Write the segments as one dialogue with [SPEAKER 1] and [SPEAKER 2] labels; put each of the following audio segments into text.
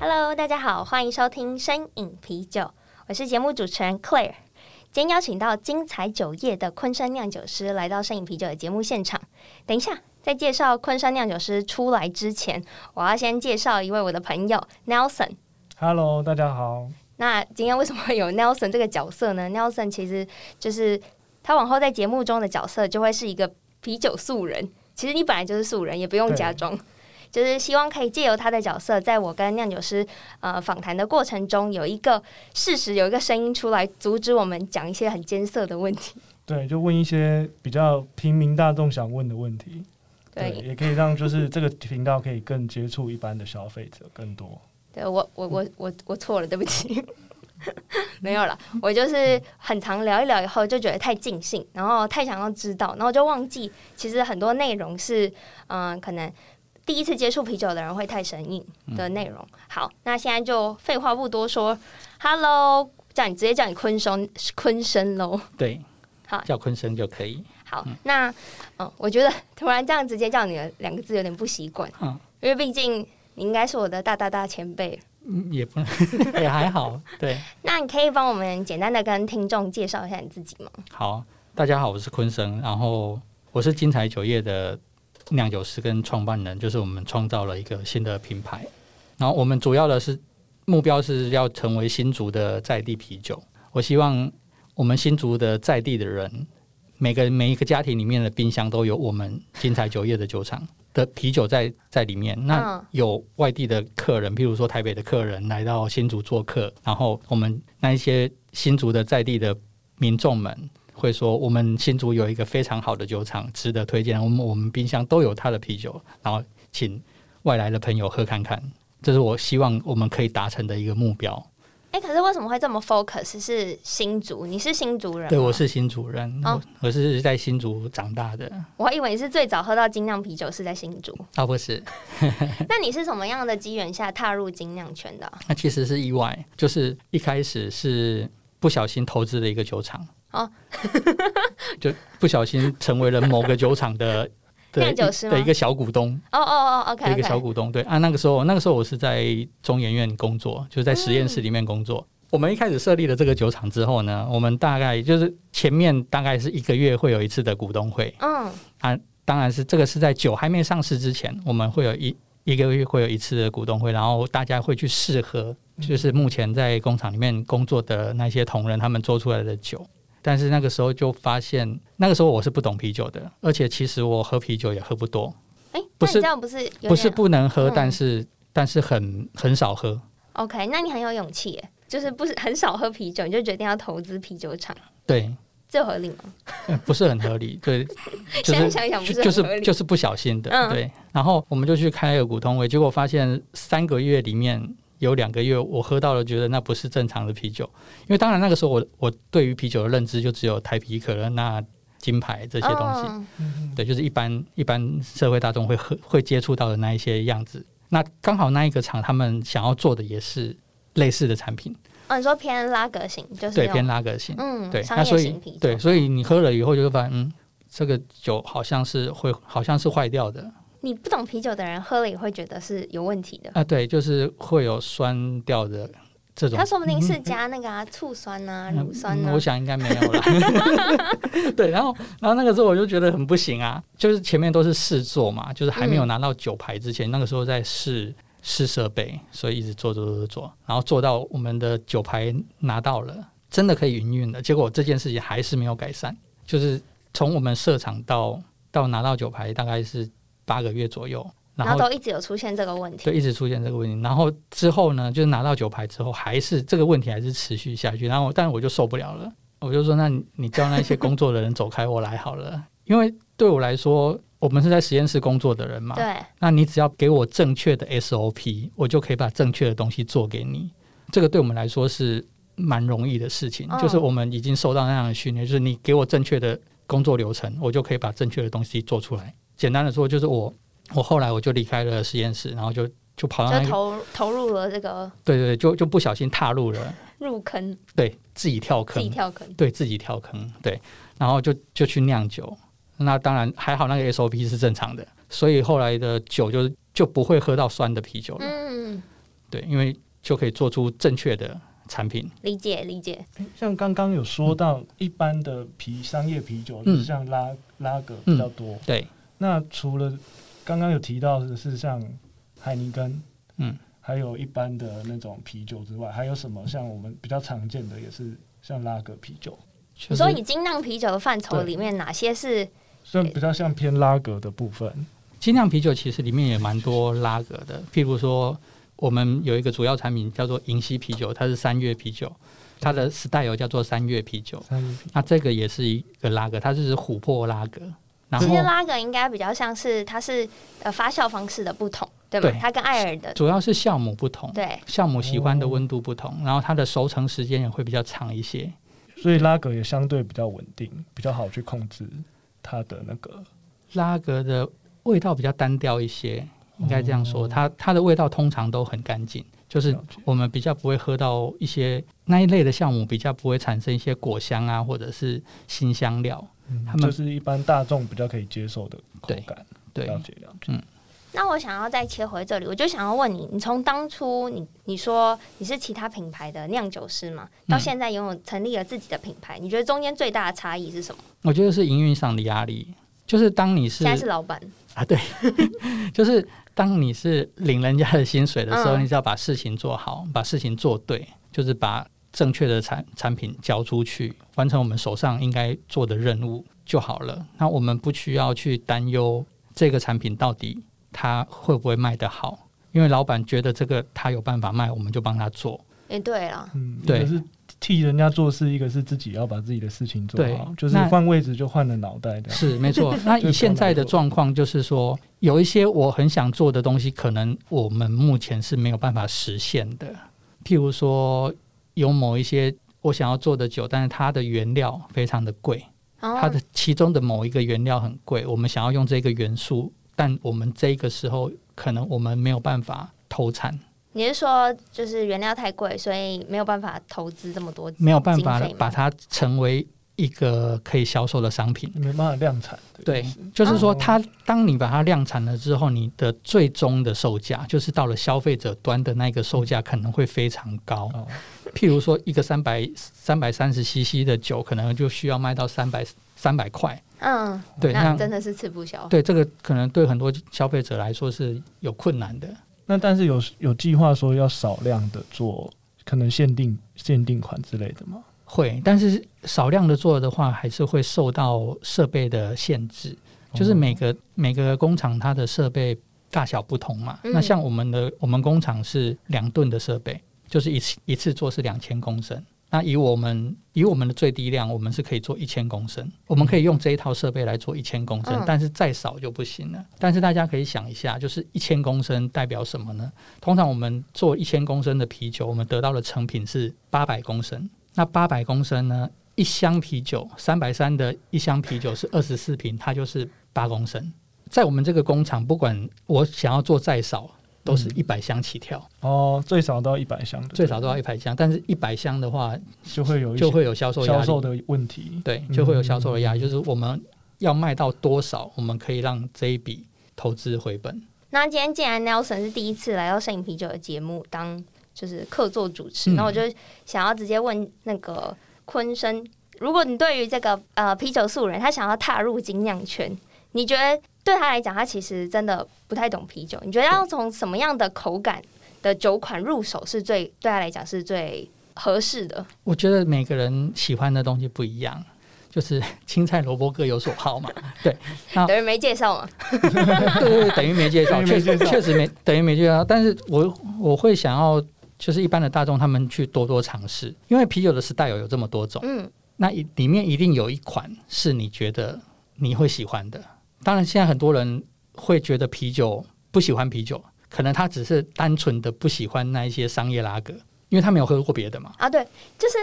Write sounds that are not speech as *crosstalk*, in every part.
[SPEAKER 1] Hello，大家好，欢迎收听《深饮啤酒》，我是节目主持人 Claire。今天邀请到精彩酒业的昆山酿酒师来到《深饮啤酒》的节目现场。等一下，在介绍昆山酿酒师出来之前，我要先介绍一位我的朋友 Nelson。
[SPEAKER 2] Hello，大家好。
[SPEAKER 1] 那今天为什么会有 Nelson 这个角色呢？Nelson 其实就是他往后在节目中的角色就会是一个啤酒素人。其实你本来就是素人，也不用假装。就是希望可以借由他的角色，在我跟酿酒师呃访谈的过程中，有一个事实，有一个声音出来，阻止我们讲一些很艰涩的问题。
[SPEAKER 2] 对，就问一些比较平民大众想问的问题。
[SPEAKER 1] 对，
[SPEAKER 2] 也可以让就是这个频道可以更接触一般的消费者更多。
[SPEAKER 1] 对我我我我我错了，对不起，没有了。我就是很常聊一聊以后就觉得太尽兴，然后太想要知道，然后就忘记其实很多内容是嗯、呃可能第一次接触啤酒的人会太生硬的内容。好，那现在就废话不多说，Hello，叫你直接叫你坤生坤生喽。
[SPEAKER 3] 对，
[SPEAKER 1] 好
[SPEAKER 3] 叫坤生就可以。
[SPEAKER 1] 好，那嗯、呃我觉得突然这样直接叫你的两个字有点不习惯，
[SPEAKER 3] 嗯
[SPEAKER 1] 因为毕竟你应该是我的大大大前辈。
[SPEAKER 3] 嗯也不 *laughs* 也还好。对，
[SPEAKER 1] 那你可以帮我们简单的跟听众介绍一下你自己吗？
[SPEAKER 3] 好，大家好，我是坤生，然后我是金彩酒业的酿酒师跟创办人，就是我们创造了一个新的品牌，然后我们主要的是目标是要成为新竹的在地啤酒。我希望我们新竹的在地的人，每个每一个家庭里面的冰箱都有我们金彩酒业的酒厂的啤酒在在里面。那
[SPEAKER 1] 嗯
[SPEAKER 3] 有外地的客人，譬如说台北的客人来到新竹做客，然后我们那一些新竹的在地的民众们，会说，我们新竹有一个非常好的酒厂，值得推荐。我们我们冰箱都有它的啤酒，然后请外来的朋友喝看看。这是我希望我们可以达成的一个目标。
[SPEAKER 1] 哎、可是为什么会这么 focus 是新竹？你是新竹人？
[SPEAKER 3] 对，我。是新竹人，
[SPEAKER 1] 啊哦
[SPEAKER 3] 我我是在新竹长大的。
[SPEAKER 1] 我还以为你是最早喝到精酿啤酒是在新
[SPEAKER 3] *laughs*
[SPEAKER 1] 竹。
[SPEAKER 3] 啊，不是，
[SPEAKER 1] 那你是什么样的机缘下踏入精酿圈的啊、
[SPEAKER 3] 那其实是意外，就是一开始是不小心投资的一个酒厂，
[SPEAKER 1] 哦，
[SPEAKER 3] *laughs* 就不小心成为了某个酒厂
[SPEAKER 1] *laughs*
[SPEAKER 3] 的的
[SPEAKER 1] 酿
[SPEAKER 3] 一
[SPEAKER 1] 酒师吗
[SPEAKER 3] 的一个小股东。
[SPEAKER 1] 哦哦哦，OK
[SPEAKER 3] 的一个小
[SPEAKER 1] OK。
[SPEAKER 3] 股东，对啊，那个时候那个时候我是在中研院工作，就是在实验室里面工作。我们一开始设立了这个酒厂之后呢，我们大概就是前面大概是一个月会有一次的股东会，啊
[SPEAKER 1] 嗯，
[SPEAKER 3] 当然是这个是在酒还没上市之前，我们会有一一个月会有一次的股东会，然后大家会去试喝，就是目前在工厂里面工作的那些同仁他们做出来的酒。但是那个时候就发现，那个时候我是不懂啤酒的，而且其实我喝啤酒也喝不多，
[SPEAKER 1] 哎、
[SPEAKER 3] 不
[SPEAKER 1] 那你
[SPEAKER 3] 是
[SPEAKER 1] 这样不是有点
[SPEAKER 3] 不是不能喝，
[SPEAKER 1] 嗯
[SPEAKER 3] 但是但是很很少喝。
[SPEAKER 1] OK？那你很有勇气耶，就是不是很 *laughs* 少喝啤酒，你就决定要投资啤酒厂，
[SPEAKER 3] 对，
[SPEAKER 1] 这合理吗？
[SPEAKER 3] 呃不是很合理，
[SPEAKER 1] *laughs*
[SPEAKER 3] 对，就
[SPEAKER 1] 现在
[SPEAKER 3] 是
[SPEAKER 1] 想一想不是
[SPEAKER 3] 就
[SPEAKER 1] 很合
[SPEAKER 3] 是
[SPEAKER 1] 理
[SPEAKER 3] 就是不小心的，
[SPEAKER 1] 嗯
[SPEAKER 3] 对。然后我们就去开了股东会，结果发现三个月里面有两个月我喝到了，觉得那不是正常的啤酒，因为当然那个时候我我对于啤酒的认知就只有台啤、可乐、那金牌这些东西，
[SPEAKER 1] 嗯
[SPEAKER 2] 嗯
[SPEAKER 3] 对，就是一般一般社会大众会喝会接触到的那一些样子。那刚好那一个厂他们想要做的也是类似的产品，
[SPEAKER 1] 哦，你说偏拉格型，就是哦
[SPEAKER 3] 对，
[SPEAKER 1] 那种
[SPEAKER 3] 偏拉格型。
[SPEAKER 1] 嗯，
[SPEAKER 3] 对，
[SPEAKER 1] 商
[SPEAKER 3] 那
[SPEAKER 1] 业
[SPEAKER 3] 所以
[SPEAKER 1] 型啤酒，
[SPEAKER 3] 对，所以你喝了以后就会发现，嗯，这个酒好像是会，好像是坏掉的
[SPEAKER 1] 你不懂啤酒的人喝了也会觉得是有问题的。
[SPEAKER 3] 啊，对，就是会有酸掉的这种嗯
[SPEAKER 1] 他。说不定是加那个啊醋酸呐、乳酸
[SPEAKER 4] 啊
[SPEAKER 1] 呐、
[SPEAKER 3] 嗯我想应该没
[SPEAKER 1] *laughs*
[SPEAKER 3] 有了。 *laughs* 对，然后，然后那个时候我就觉得很不行啊，就是前面都是试做嘛，就是还没有
[SPEAKER 1] 嗯
[SPEAKER 3] 拿到酒牌之前，那个时候在试试设备，所以一直做做做做做，然后做到我们的酒牌拿到了，真的可以营运了。结果这件事情还是没有改善，就是从我们设厂到到拿到酒牌大概是八个月左右，然
[SPEAKER 1] 然
[SPEAKER 3] 后
[SPEAKER 1] 后都一直有出现这个问题。
[SPEAKER 3] 就一直出现这个问题。然后之后呢，就是拿到九牌之后，还是这个问题还是持续下去。然后，但我就受不了了，我就说，那你你叫那些工作的人走开，我来好了。因为对我来说，我们是在实验室工作的人嘛，
[SPEAKER 4] 对，
[SPEAKER 3] 那你只要给我正确的 SOP，我就可以把正确的东西做给你。这个对我们来说是蛮容易的事情，
[SPEAKER 4] 嗯
[SPEAKER 3] 就是我们已经受到那样的训练，就是你给我正确的工作流程，我就可以把正确的东西做出来。简单的说，就是我我后来我就离开了实验室，然后就就跑到那
[SPEAKER 4] 就
[SPEAKER 3] 个，
[SPEAKER 4] 投投入了这个
[SPEAKER 3] 对对对，就就不小心踏入了，
[SPEAKER 4] 入坑，
[SPEAKER 3] 对自己跳
[SPEAKER 4] 自
[SPEAKER 3] 坑
[SPEAKER 4] 己，跳坑，
[SPEAKER 3] 对自己跳坑，对，然后就就去酿酒。那当然还好，那个 SOP 是正常的，所以后来的酒就就不会喝到酸的啤酒了。
[SPEAKER 4] 嗯，
[SPEAKER 3] 对，因为就可以做出正确的产品。
[SPEAKER 4] 理解理解，
[SPEAKER 2] 诶像刚刚有说到一般的啤商业啤酒，就是
[SPEAKER 3] 嗯
[SPEAKER 2] 像拉拉格比较多。
[SPEAKER 3] 对，
[SPEAKER 2] 那除了刚刚有提到的是像海尼根，
[SPEAKER 3] 嗯，
[SPEAKER 2] 还有一般的那种啤酒之外，还有什么像我们比较常见的也是像拉格啤酒，
[SPEAKER 3] 就
[SPEAKER 4] 你
[SPEAKER 3] 是
[SPEAKER 4] 说以精酿啤酒的范畴
[SPEAKER 2] 对
[SPEAKER 4] 里面，哪些是
[SPEAKER 2] 虽然比较像偏拉格的部分，
[SPEAKER 3] 精酿啤酒其实里面也蛮多拉格的，譬如说我们有一个主要产品叫做银溪啤酒，它是三月啤酒，它的 style 叫做三月啤酒。
[SPEAKER 2] 三月啤
[SPEAKER 3] 那这个也是一个拉格，它就是琥珀拉格。然
[SPEAKER 4] 其
[SPEAKER 3] 后
[SPEAKER 4] 实拉格应该比较像是它是呃发酵方式的不同，对吧？
[SPEAKER 3] 对
[SPEAKER 4] 它跟艾尔的
[SPEAKER 3] 主要是酵母不同，
[SPEAKER 4] 对
[SPEAKER 3] 酵母喜欢的温度不同，然后它的熟成时间也会比较长一些。
[SPEAKER 2] 所以拉格也相对比较稳定，比较好去控制它的那个
[SPEAKER 3] 拉格的味道比较单调一些，应该这样说，它它的味道通常都很干净，就
[SPEAKER 2] 哦
[SPEAKER 3] 是
[SPEAKER 2] 了解
[SPEAKER 3] 我们比较不会喝到一些那一类的酵母，比较不会产生一些果香啊，或者是新香料。
[SPEAKER 2] 嗯
[SPEAKER 3] 他们
[SPEAKER 2] 就是一般大众比较可以接受的口感。
[SPEAKER 3] 对
[SPEAKER 2] 了解了解。
[SPEAKER 4] 那我想要再切回这里，我就想要问你，你从当初你你说你是其他品牌的酿酒师嘛，到
[SPEAKER 3] 嗯
[SPEAKER 4] 现在拥有成立了自己的品牌，你觉得中间最大的差异是什么？
[SPEAKER 3] 我觉得是营运上的压力，就是当你是
[SPEAKER 4] 现在是老板，
[SPEAKER 3] 啊，对，就是当你是领人家的薪水的时候，
[SPEAKER 4] 嗯
[SPEAKER 3] 你只要把事情做好，把事情做对，就是把正确的产产品交出去，完成我们手上应该做的任务就好了。那我们不需要去担忧这个产品到底它会不会卖得好，因为老板觉得这个他有办法卖，我们就帮他做。
[SPEAKER 4] 也对了，
[SPEAKER 2] 嗯，一
[SPEAKER 3] 对
[SPEAKER 2] 个是替人家做事，一个是自己要把自己的事情做
[SPEAKER 3] 对
[SPEAKER 2] 好，就是
[SPEAKER 3] 那
[SPEAKER 2] 换位置就换了脑袋这样。
[SPEAKER 3] 是没错。那以现在的状况，就是说有一些我很想做的东西，可能我们目前是没有办法实现的。譬如说，有某一些我想要做的酒，但是它的原料非常的贵，
[SPEAKER 4] 然
[SPEAKER 3] 它
[SPEAKER 4] 后
[SPEAKER 3] 的其中的某一个原料很贵，我们想要用这个元素，但我们这个时候可能我们没有办法投产，
[SPEAKER 4] 你是说就是原料太贵，所以没有办法投资这么多，
[SPEAKER 3] 没有办法
[SPEAKER 4] 经费吗
[SPEAKER 3] 把它成为一个可以销售的商品。
[SPEAKER 2] 没办法量产的
[SPEAKER 3] 对
[SPEAKER 2] 意思，
[SPEAKER 3] 就是说
[SPEAKER 2] 哦
[SPEAKER 3] 它，当你把它量产了之后，你的最终的售价，就是到了消费者端的那个售价，可能会非常高。
[SPEAKER 2] 哦，
[SPEAKER 3] 譬如说，一个三百三百三十 CC 的酒，可能就需要卖到三百三百块。
[SPEAKER 4] 嗯，
[SPEAKER 3] 对，
[SPEAKER 4] 那
[SPEAKER 3] 那
[SPEAKER 4] 真的是哦吃不消。
[SPEAKER 3] 对这个可能对很多消费者来说是有困难的。
[SPEAKER 2] 那但是有有计划说要少量的做，可能限定限定款之类的吗？
[SPEAKER 3] 会，但是少量的做的话，还是会受到设备的限制，就是每个、每个工厂它的设备大小不同嘛。
[SPEAKER 4] 嗯
[SPEAKER 3] 那像我们的我们工厂是两吨的设备，就是一次一次做是两千公升。那以我们以我们的最低量，我们是可以做一千公升，我们可以用这一套设备来做一千公升，
[SPEAKER 4] 嗯
[SPEAKER 3] 但是再少就不行了。但是大家可以想一下，就是一千公升代表什么呢？通常我们做一千公升的啤酒，我们得到的成品是八百公升。那八百公升呢，一箱啤酒三百三的一箱啤酒是二十四瓶，它就是八公升。在我们这个工厂，不管我想要做再少，都是
[SPEAKER 2] 嗯
[SPEAKER 3] 一百箱起跳，
[SPEAKER 2] 哦，最少都要一百箱的，
[SPEAKER 3] 最少都要一百箱。但是一百箱的话，
[SPEAKER 2] 就会有一些
[SPEAKER 3] 就会有销售压
[SPEAKER 2] 销
[SPEAKER 3] 力，
[SPEAKER 2] 售的问题。
[SPEAKER 3] 对，
[SPEAKER 2] 嗯
[SPEAKER 3] 就会有销售的压力。就是我们要卖到多少，我们可以让这一笔投资回本。
[SPEAKER 4] 那今天既然 Nelson 是第一次来到摄影啤酒的节目当就是客座主持，
[SPEAKER 3] 嗯
[SPEAKER 4] 那、我就想要直接问那个坤生，如果你对于这个呃啤酒素人，他想要踏入精酿圈，你觉得对他来讲，他其实真的不太懂啤酒，你觉得要从什么样的口感的酒款入手是最对他来讲是最合适的？
[SPEAKER 3] 我觉得每个人喜欢的东西不一样，就是青菜萝卜各有所好嘛。好
[SPEAKER 4] 等于没介绍嘛？
[SPEAKER 2] *laughs*
[SPEAKER 3] 对对对，等于没介绍，
[SPEAKER 2] 等于没
[SPEAKER 3] 确
[SPEAKER 2] 介
[SPEAKER 3] 实
[SPEAKER 2] 绍
[SPEAKER 3] 确实没等于没介绍。但是我我会想要，就是一般的大众他们去多多尝试，因为啤酒的 style 有这么多种，
[SPEAKER 4] 嗯，
[SPEAKER 3] 那一里面一定有一款是你觉得你会喜欢的。当然，现在很多人会觉得啤酒不喜欢啤酒，可能他只是单纯的不喜欢那一些商业拉格，因为他没有喝过别的嘛。
[SPEAKER 4] 啊，对，就是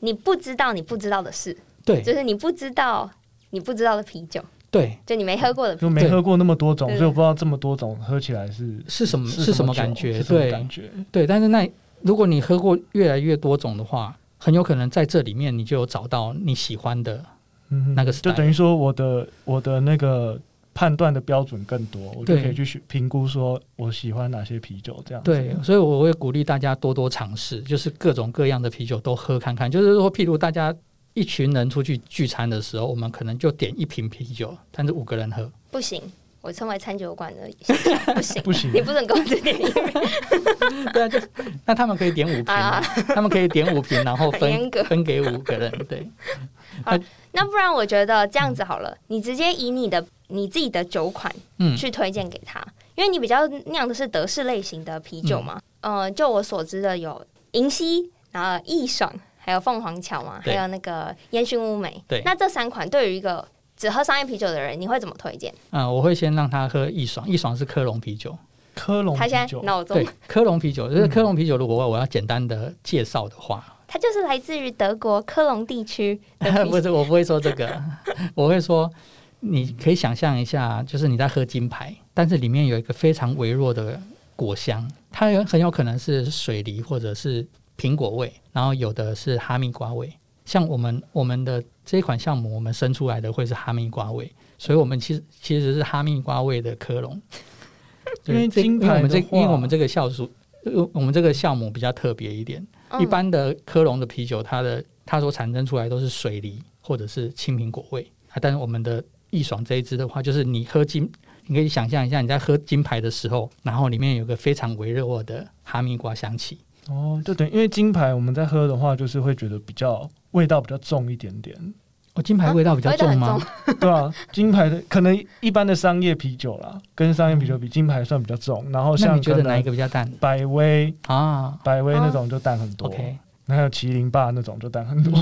[SPEAKER 4] 你不知道你不知道的事，
[SPEAKER 3] 对
[SPEAKER 4] 就是你不知道你不知道的啤酒，
[SPEAKER 3] 对，
[SPEAKER 4] 就你没喝过的啤
[SPEAKER 2] 就没
[SPEAKER 3] 对
[SPEAKER 2] 喝过那么多种，
[SPEAKER 4] 对
[SPEAKER 2] 所以我不知道这么多种喝起来是
[SPEAKER 3] 是什么
[SPEAKER 2] 是
[SPEAKER 3] 嗯是什么
[SPEAKER 2] 酒
[SPEAKER 3] 感觉？
[SPEAKER 2] 是什么
[SPEAKER 3] 对
[SPEAKER 2] 感觉？
[SPEAKER 3] 对，但是那如果你喝过越来越多种的话，很有可能在这里面你就有找到你喜欢的。
[SPEAKER 2] 嗯哼
[SPEAKER 3] 那个
[SPEAKER 2] 就
[SPEAKER 3] style
[SPEAKER 2] 等于说我的我的那个判断的标准更多，我就
[SPEAKER 3] 对
[SPEAKER 2] 可以去选评估说我喜欢哪些啤酒这样子。
[SPEAKER 3] 对，所以我会鼓励大家多多尝试，就是各种各样的啤酒都喝看看。就是说，譬如大家一群人出去聚餐的时候，我们可能就点一瓶啤酒，但是五个人
[SPEAKER 4] *laughs*
[SPEAKER 3] 喝。
[SPEAKER 4] 不行。我身为餐酒馆的，不行， *laughs*
[SPEAKER 2] 不行
[SPEAKER 4] 你不能跟我这点
[SPEAKER 3] 对啊，就那他们可以点五瓶啊，他们可以点五瓶，然后
[SPEAKER 4] 很
[SPEAKER 3] 分
[SPEAKER 4] 严格
[SPEAKER 3] 分给五个人。
[SPEAKER 4] *laughs*
[SPEAKER 3] 对，
[SPEAKER 4] *laughs* 那不然我觉得这样子好了，你直接以你的你自己的酒款
[SPEAKER 3] 嗯，
[SPEAKER 4] 去推荐给他，因为你比较酿的是德式类型的啤酒嘛。
[SPEAKER 3] 嗯
[SPEAKER 4] 呃，就我所知的有银溪，然后益爽，还有凤凰桥嘛，还
[SPEAKER 3] 对
[SPEAKER 4] 有那个烟熏乌梅。
[SPEAKER 3] 对
[SPEAKER 4] 那这三款对于一个只喝商业啤酒的人，你会怎么推荐？
[SPEAKER 3] 啊、我会先让他喝一爽，一爽是科隆啤酒。
[SPEAKER 2] 科隆
[SPEAKER 4] 他
[SPEAKER 2] 啤
[SPEAKER 4] 现在
[SPEAKER 2] 酒，
[SPEAKER 4] 脑中
[SPEAKER 3] 对，，科隆啤酒就是
[SPEAKER 4] 嗯
[SPEAKER 3] 科隆啤酒。如果我要简单的介绍的话，
[SPEAKER 4] 它就是来自于德国科隆地区的啤
[SPEAKER 3] *laughs* 不
[SPEAKER 2] *laughs*
[SPEAKER 4] 酒。
[SPEAKER 3] 是我不会说这个， *laughs* 我会说你可以想象一下，就是你在喝金牌，但是里面有一个非常微弱的果香，它有很有可能是水梨或者是苹果味，然后有的是哈密瓜味。像我们我们的这一款项目，我们生出来的会是哈密瓜味，所以我们其实其实是哈密瓜味的科
[SPEAKER 2] *laughs*
[SPEAKER 3] 隆。
[SPEAKER 2] 因为
[SPEAKER 3] 这
[SPEAKER 2] 金牌
[SPEAKER 3] 因为我们这
[SPEAKER 2] 的话
[SPEAKER 3] 因为我们这个酵素，呃我们这个酵母比较特别一点，
[SPEAKER 4] 嗯
[SPEAKER 3] 一般的科隆的啤酒，它的它所产生出来都是水梨或者是青苹果味啊。但是我们的益爽这一支的话，就是你喝金，你可以想象一下你在喝金牌的时候，然后里面有个非常微弱的哈密瓜香气。
[SPEAKER 2] 哦，就等于因为金牌我们在喝的话，就是会觉得比较味道比较重一点点，
[SPEAKER 3] 哦，金牌
[SPEAKER 4] 啊
[SPEAKER 3] 味道比较
[SPEAKER 4] 味道
[SPEAKER 3] 重
[SPEAKER 4] 很
[SPEAKER 3] 吗？
[SPEAKER 4] 重
[SPEAKER 2] *laughs* 对啊，金牌的可能一般的商业啤酒啦，跟商业啤酒比，金牌算比较重。然后
[SPEAKER 3] 嗯那
[SPEAKER 2] 像
[SPEAKER 3] 你觉得
[SPEAKER 2] 可能
[SPEAKER 3] 哪一个比较淡
[SPEAKER 2] 百威，
[SPEAKER 3] 啊
[SPEAKER 2] 百威那种就淡很多，
[SPEAKER 3] ？OK，
[SPEAKER 2] 那还有麒麟霸那种就淡很多。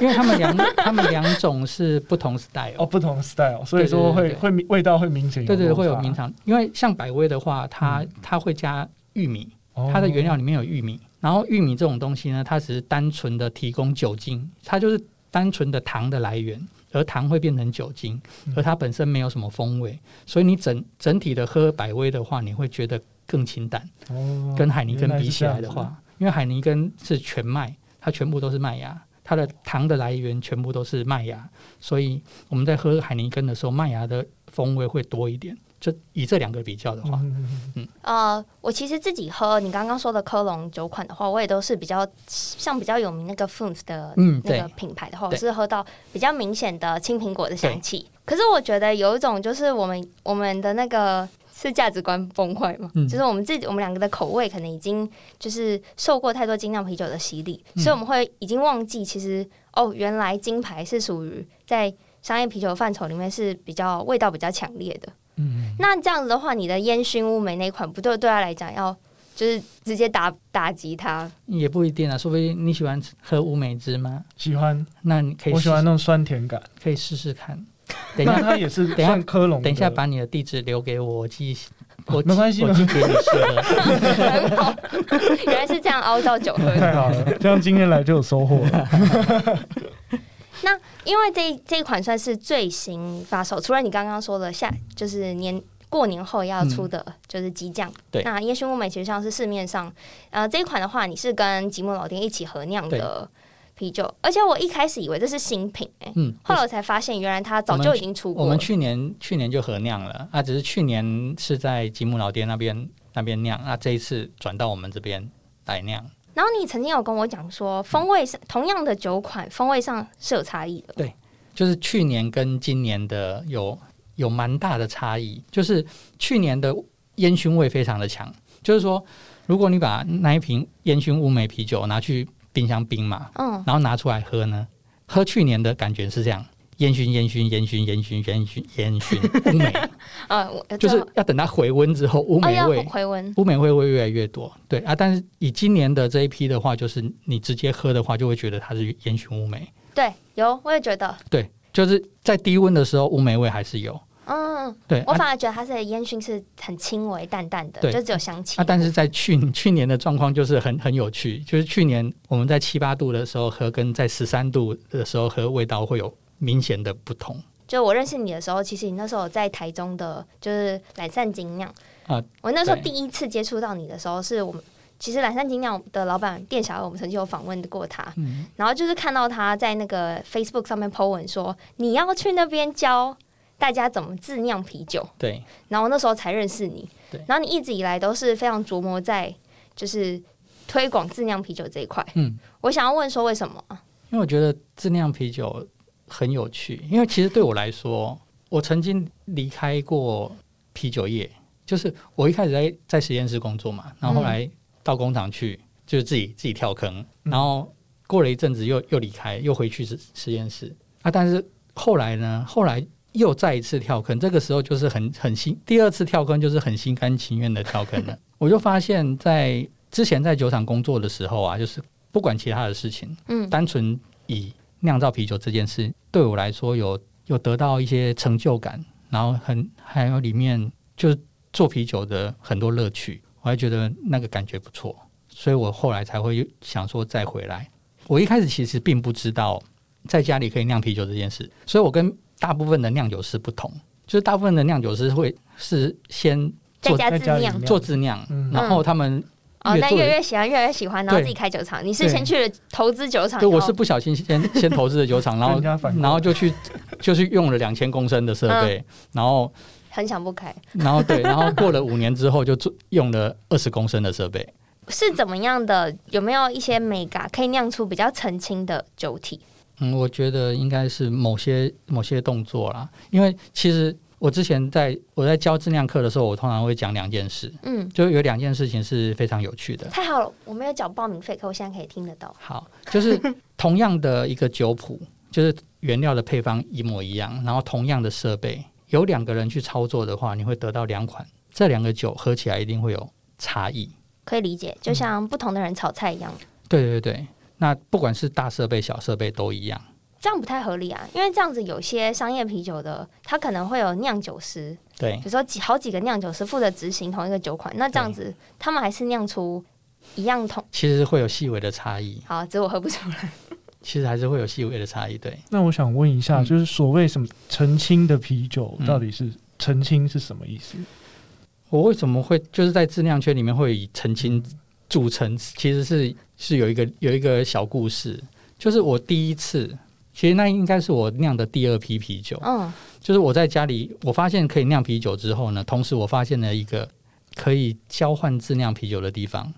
[SPEAKER 3] 因为他们两 *laughs* 他们两种是不同 style
[SPEAKER 2] 哦，不同的 style，所以说
[SPEAKER 3] 对对
[SPEAKER 2] 会
[SPEAKER 3] 对
[SPEAKER 2] 会明味道会明显
[SPEAKER 3] 对对，
[SPEAKER 2] 落
[SPEAKER 3] 会有
[SPEAKER 2] 差嗯
[SPEAKER 3] 名，堂，因为像百威的话，它它会加玉米，
[SPEAKER 2] 哦
[SPEAKER 3] 它的原料里面有玉米，然后玉米这种东西呢，它只是单纯的提供酒精，它就是单纯的糖的来源，而糖会变成酒精，
[SPEAKER 2] 嗯
[SPEAKER 3] 而它本身没有什么风味，所以你整整体的喝百威的话，你会觉得更清淡，
[SPEAKER 2] 哦
[SPEAKER 3] 跟海尼根
[SPEAKER 2] 原是
[SPEAKER 3] 比起
[SPEAKER 2] 这样
[SPEAKER 3] 来的
[SPEAKER 2] 子啊
[SPEAKER 3] 话，因为海尼根是全麦，它全部都是麦芽。它的糖的来源全部都是麦芽，所以我们在喝海尼根的时候，麦芽的风味会多一点。就以这两个比较的话，
[SPEAKER 2] 嗯嗯嗯
[SPEAKER 4] 呃，我其实自己喝你刚刚说的科隆酒款的话，我也都是比较像比较有名那个 f u n s 的
[SPEAKER 3] 嗯
[SPEAKER 4] 那个
[SPEAKER 3] 对
[SPEAKER 4] 品牌的话，我
[SPEAKER 3] 对
[SPEAKER 4] 是喝到比较明显的青苹果的香气。可是我觉得有一种就是我们我们的那个是价值观崩坏嘛，
[SPEAKER 3] 嗯
[SPEAKER 4] 就是我们自己我们两个的口味可能已经就是受过太多精酿啤酒的洗礼，
[SPEAKER 3] 嗯
[SPEAKER 4] 所以我们会已经忘记其实哦，原来金牌是属于在商业啤酒范畴里面是比较味道比较强烈的。
[SPEAKER 3] 嗯，
[SPEAKER 4] 那这样子的话，你的烟熏乌梅那一款，不就对他来讲要就是直接打打击 *laughs* 他？
[SPEAKER 3] 也不一定啊，说不定你喜欢喝乌梅汁吗？
[SPEAKER 2] 喜欢，
[SPEAKER 3] 那你可以
[SPEAKER 2] 我
[SPEAKER 3] 试
[SPEAKER 2] 喜欢那种酸甜感。
[SPEAKER 3] 可以试
[SPEAKER 2] *laughs*
[SPEAKER 3] 试看。等一
[SPEAKER 2] 那
[SPEAKER 3] 下，
[SPEAKER 2] 它也是
[SPEAKER 3] 等一下
[SPEAKER 2] 算科隆的，啊
[SPEAKER 3] 等一下把你的地址留给我，我寄我寄
[SPEAKER 2] 没关系
[SPEAKER 3] 我寄给你吃喝。
[SPEAKER 4] 很好， *laughs* 原来是这样熬到酒喝的。
[SPEAKER 2] 太好了，这样今天来就有收获了。
[SPEAKER 4] 那因为这这一款算是最新发售，除了你刚刚说的下就是年过年后要出的，就是激酱。
[SPEAKER 3] 嗯对
[SPEAKER 4] 那烟熏乌梅其实上是市面上，呃，这一款的话，你是跟吉姆老店一起合酿的啤酒，而且我一开始以为这是新品、欸，
[SPEAKER 3] 嗯，
[SPEAKER 4] 后来我才发现原来它早
[SPEAKER 3] 我们
[SPEAKER 4] 就
[SPEAKER 3] 去
[SPEAKER 4] 已经出
[SPEAKER 3] 我
[SPEAKER 4] 过了
[SPEAKER 3] 们。去年去年就合酿了啊，只是去年是在吉姆老爹那边那边酿，那这一次转到我们这边来酿。
[SPEAKER 4] 然后你曾经有跟我讲说，风味上同样的酒款，风味上是有差异的。
[SPEAKER 3] 就是去年跟今年的有有蛮大的差异，就是去年的烟熏味非常的强，就是说，如果你把那一瓶烟熏乌梅啤酒拿去冰箱冰嘛，
[SPEAKER 4] 嗯，
[SPEAKER 3] 然后拿出来喝呢，喝去年的感觉是这样，烟熏烟熏烟熏烟熏烟熏
[SPEAKER 4] *laughs*
[SPEAKER 3] 烟熏乌梅，
[SPEAKER 4] 呃，我
[SPEAKER 3] 就是要等它回温之后，乌
[SPEAKER 4] 哦，
[SPEAKER 3] 梅
[SPEAKER 4] 要
[SPEAKER 3] 味。
[SPEAKER 4] 回温，
[SPEAKER 3] 乌梅味会越来越多，对啊，但是以今年的这一批的话，就是你直接喝的话，就会觉得它是烟熏乌梅，
[SPEAKER 4] 对，有，我也觉得，
[SPEAKER 3] 对，就是在低温的时候，乌梅味还是有。
[SPEAKER 4] 嗯，
[SPEAKER 3] 对，
[SPEAKER 4] 我
[SPEAKER 3] 啊
[SPEAKER 4] 反而觉得它是烟熏是很轻微淡淡的，
[SPEAKER 3] 对
[SPEAKER 4] 就只有香气。
[SPEAKER 3] 啊，但是在去 *laughs* 去年的状况就是很很有趣，就是去年我们在七八度的时候喝，跟在十三度的时候喝，味道会有明显的不同。
[SPEAKER 4] 就我认识你的时候，其实你那时候在台中的，就是懒散精酿
[SPEAKER 3] 啊。
[SPEAKER 4] 我那时候
[SPEAKER 3] 对
[SPEAKER 4] 第一次接触到你的时候，是我们其实懒散精酿的老板店小二，我们曾经有访问过他，
[SPEAKER 3] 嗯，
[SPEAKER 4] 然后就是看到他在那个 Facebook 上面 po 文说你要去那边教大家怎么自酿啤酒，
[SPEAKER 3] 对，
[SPEAKER 4] 然后那时候才认识你
[SPEAKER 3] 对。
[SPEAKER 4] 然后你一直以来都是非常琢磨在就是推广自酿啤酒这一块。
[SPEAKER 3] 嗯，
[SPEAKER 4] 我想要问说为什么？
[SPEAKER 3] 因为我觉得自酿啤酒很有趣，因为其实对我来说，我曾经离开过啤酒业，就是我一开始在在实验室工作嘛，然后后来到工厂去，就是自己自己跳坑，然后过了一阵子又又离开，又回去实实验室啊，但是后来呢，后来。又再一次跳坑，这个时候就是很很心，第二次跳坑就是很心甘情愿的跳坑了。 *laughs* 我就发现在之前在酒厂工作的时候啊，就是不管其他的事情，
[SPEAKER 4] 嗯
[SPEAKER 3] 单纯以酿造啤酒这件事对我来说有有得到一些成就感，然后很还有里面就是做啤酒的很多乐趣，我还觉得那个感觉不错，所以我后来才会想说再回来。我一开始其实并不知道在家里可以酿啤酒这件事，所以我跟大部分的酿酒师不同，就是大部分的酿酒师会是先
[SPEAKER 4] 在
[SPEAKER 3] 做
[SPEAKER 4] 家自
[SPEAKER 2] 在家里
[SPEAKER 4] 酿
[SPEAKER 2] 面
[SPEAKER 3] 做自酿，
[SPEAKER 2] 嗯
[SPEAKER 3] 然后他们
[SPEAKER 4] 哦，
[SPEAKER 3] 越
[SPEAKER 4] 但
[SPEAKER 3] 做
[SPEAKER 4] 越
[SPEAKER 3] 得
[SPEAKER 4] 来越喜欢，越来越喜欢，然后
[SPEAKER 3] 对
[SPEAKER 4] 自己开酒厂。你是
[SPEAKER 3] 对
[SPEAKER 4] 先去了投资酒厂以
[SPEAKER 3] 对，
[SPEAKER 4] 后，
[SPEAKER 3] 我是不小心先先投资了 *laughs* 酒厂，然后
[SPEAKER 2] 跟人家反过来
[SPEAKER 3] 然后就去就去用了两千公升的设备，然后
[SPEAKER 4] 很想不开。
[SPEAKER 3] 然后对，然后过了五年之后就做用了二十公升的设备。
[SPEAKER 4] 是怎么样的？有没有一些美感可以酿出比较澄清的酒体？
[SPEAKER 3] 嗯，我觉得应该是某些某些动作啦，因为其实我之前在我在教质量课的时候，我通常会讲两件事，
[SPEAKER 4] 嗯，
[SPEAKER 3] 就有两件事情是非常有趣的。
[SPEAKER 4] 太好了，我没有缴报名费，可我现在可以听得到。
[SPEAKER 3] 好，就是同样的一个酒谱，就是原料的配方一模一样，然后同样的设备，有两个人去操作的话，你会得到两款，这两个酒喝起来一定会有差异。
[SPEAKER 4] 可以理解，
[SPEAKER 3] 嗯
[SPEAKER 4] 就像不同的人炒菜一样，
[SPEAKER 3] 对对对，那不管是大设备、小设备都一样。
[SPEAKER 4] 这样不太合理啊。因为这样子，有些商业啤酒的，它可能会有酿酒师，
[SPEAKER 3] 对
[SPEAKER 4] 比如说几好几个酿酒师负责执行同一个酒款，那这样子他们还是酿出一样同。
[SPEAKER 3] 其实会有细微的差异，
[SPEAKER 4] 好，只是我喝不出来。
[SPEAKER 3] 其实还是会有细微的差异。对，
[SPEAKER 2] 那我想问一下，
[SPEAKER 3] 嗯
[SPEAKER 2] 就是所谓什么澄清的啤酒，
[SPEAKER 3] 嗯
[SPEAKER 2] 到底是澄清是什么意思？
[SPEAKER 3] 我为什么会就是在质量圈里面会以澄清著称，其实是是有一个有一个小故事，就是我第一次，其实那应该是我酿的第二批啤酒。
[SPEAKER 4] 嗯，
[SPEAKER 3] 就是我在家里，我发现可以酿啤酒之后呢，同时我发现了一个可以交换自酿啤酒的地方，